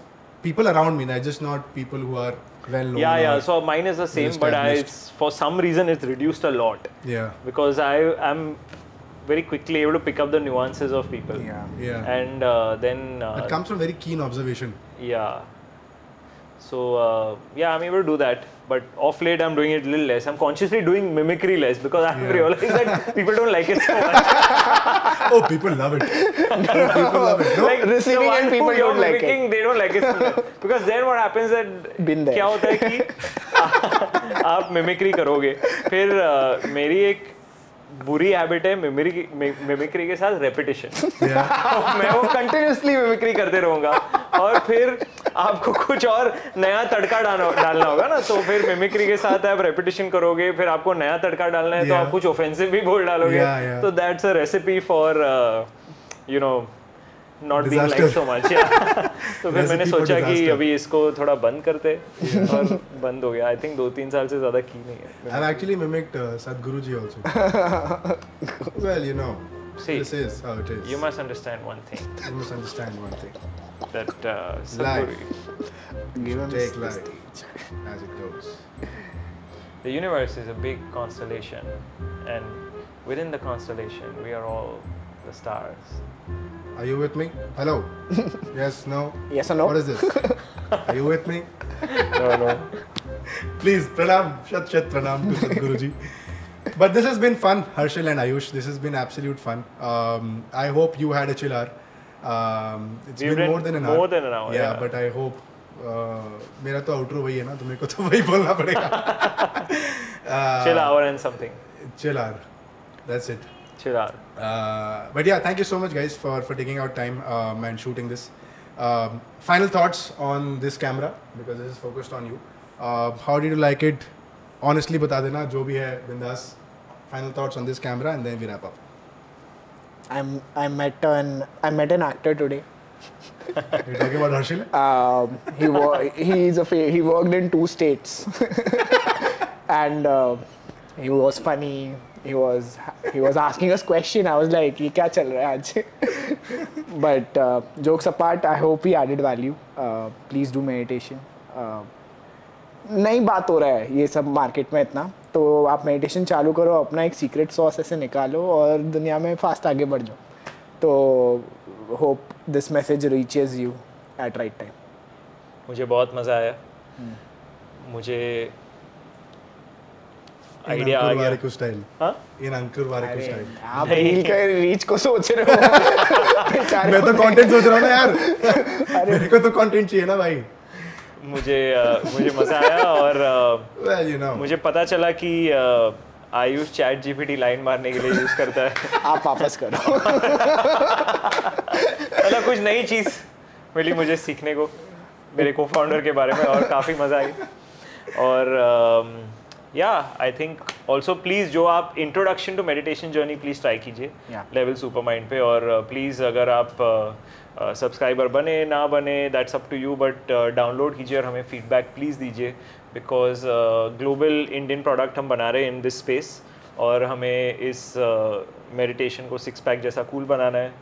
people around me. They're just not people who are well known. yeah or- yeah so mine is the same but I, established. it's, for some reason it's reduced a lot yeah. because i am very quickly able to pick up the nuances of people या Yeah. and uh, then uh, it comes from very keen observation. <laughs> yeah so uh, yeah i'm able to do that but off late i'm doing it a little less i'm consciously doing mimicry less because i've realized <laughs> that people don't like it so much oh, people love it. Oh, people love it. No, like Receiving the end one people who you're don't like it. mimicking, they don't like it so <laughs> much. because then what happens that Been there. क्या होता है <laughs> कि आप mimicry करोगे फिर अ, मेरी एक बुरी हैबिट है मिमिक्री मिमिक्री के साथ रेपिटेशन yeah. मैं वो कंटिन्यूसली मिमिक्री करते रहूंगा और फिर आपको कुछ और नया तड़का डालना डालना होगा ना तो फिर मिमिक्री के साथ आप रेपिटेशन करोगे फिर आपको नया तड़का डालना है तो Yeah. आप कुछ ऑफेंसिव भी बोल डालोगे Yeah, yeah. तो that's a recipe for uh, you know not being like Disaster. So much <laughs> तो फिर मैंने Recipe for सोचा कि disaster. अभी इसको थोड़ा बंद करते और बंद हो गया आई थिंक दो तीन साल से ज्यादा की नहीं है I've actually mimicked uh, Sadhguruji also. well, you know, See, this is how it is. You must understand one thing You must understand one thing. That Life. Give him Take life as it goes. The universe is a big constellation, and within the constellation, we are all the stars. Are you with me? <laughs> Hello. yes, no. Yes or no? What is <laughs> this? Are you with me? No, no. Please, pranam, shat shat pranam <laughs> to Sadhguruji. But this has been fun, Harshal and Ayush. This has been absolute fun. Um, I hope you had a chill hour. Um, it's We've been done more than an hour. more than an hour, Yeah, yeah. but I hope. Uh, मेरा तो outro वही है ना तो मेरे को तो वही बोलना पड़ेगा <laughs> Uh, Chill hour and something. Chill hour that's it Chill hour. Uh, but yeah, thank you so much, guys, for, for taking out time um, and shooting this. Um, final thoughts on this camera because this is focused on you. Uh, how did you like it? Honestly, bata dena jo bhi hai bindas. Final thoughts on this camera and then we wrap up. I'm, I met an I met an actor today. You're talking about Harshil? Um, he wo- <laughs> he's a fa- he worked in two states, <laughs> and uh, he was funny. He was he was asking us question. I was like, "ये क्या चल रहा है आज?" <laughs> But uh, jokes apart, I hope he added value. Uh, please do meditation. Uh, नहीं बात हो रहा है ये सब मार्केट में इतना तो आप मेडिटेशन चालू करो अपना एक सीक्रेट सॉस ऐसे निकालो और दुनिया में फास्ट आगे बढ़ जाओ तो hope this message reaches you at right time मुझे बहुत मजा आया Hmm. मुझे In आइडिया आ Ankur गया Variku style. हाँ In Ankur Variku अरे, style. <laughs> आप रील का रीच को सोच रहे हो <laughs> बेचारे मैं तो को कंटेंट सोच रहा हूँ ना यार मेरे को तो कंटेंट चाहिए ना भाई मुझे अ, मुझे मजा आया और अ, well you know मुझे पता चला कि अ, आयुष चैट जीपीटी लाइन मारने के लिए यूज करता है नहीं, आप वापस करो मतलब कुछ नई चीज मिली मुझे सीखने को मेरे को फाउंडर के बारे में और काफी मजा आई और um, या आई थिंक ऑल्सो प्लीज जो आप introduction to meditation journey please try कीजिए Yeah. लेवल सुपर माइंड पे और प्लीज अगर आप सब्सक्राइबर बने ना बने that's up to you but download uh, कीजिए और हमें फीडबैक प्लीज दीजिए uh, because global Indian product हम बना रहे हैं इन दिस स्पेस और हमें इस मेडिटेशन को सिक्स पैक जैसा कूल बनाना है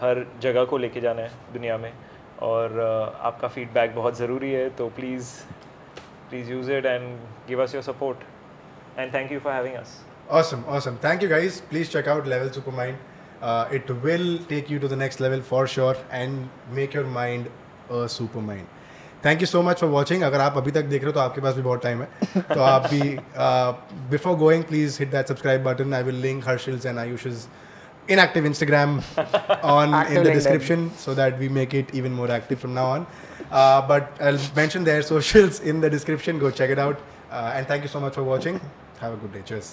हर जगह को लेके जाना है दुनिया में और uh, आपका फीडबैक बहुत ज़रूरी है तो please please use it and give us your support and thank you for having us Awesome, awesome. Thank you guys. Please check out Level Supermind. Uh, it will take you to the next level for sure and make your mind a supermind. Thank you so much for watching अगर आप अभी तक देख रहे हो तो आपके पास भी बहुत टाइम है तो आप भी uh, before going please hit that subscribe button I will link Harshil's and Ayush's inactive instagram on in Active the LinkedIn. description so that we make it even more active from now on uh, but i'll <laughs> mention their socials in the description go check it out uh, and thank you so much for watching have a good day cheers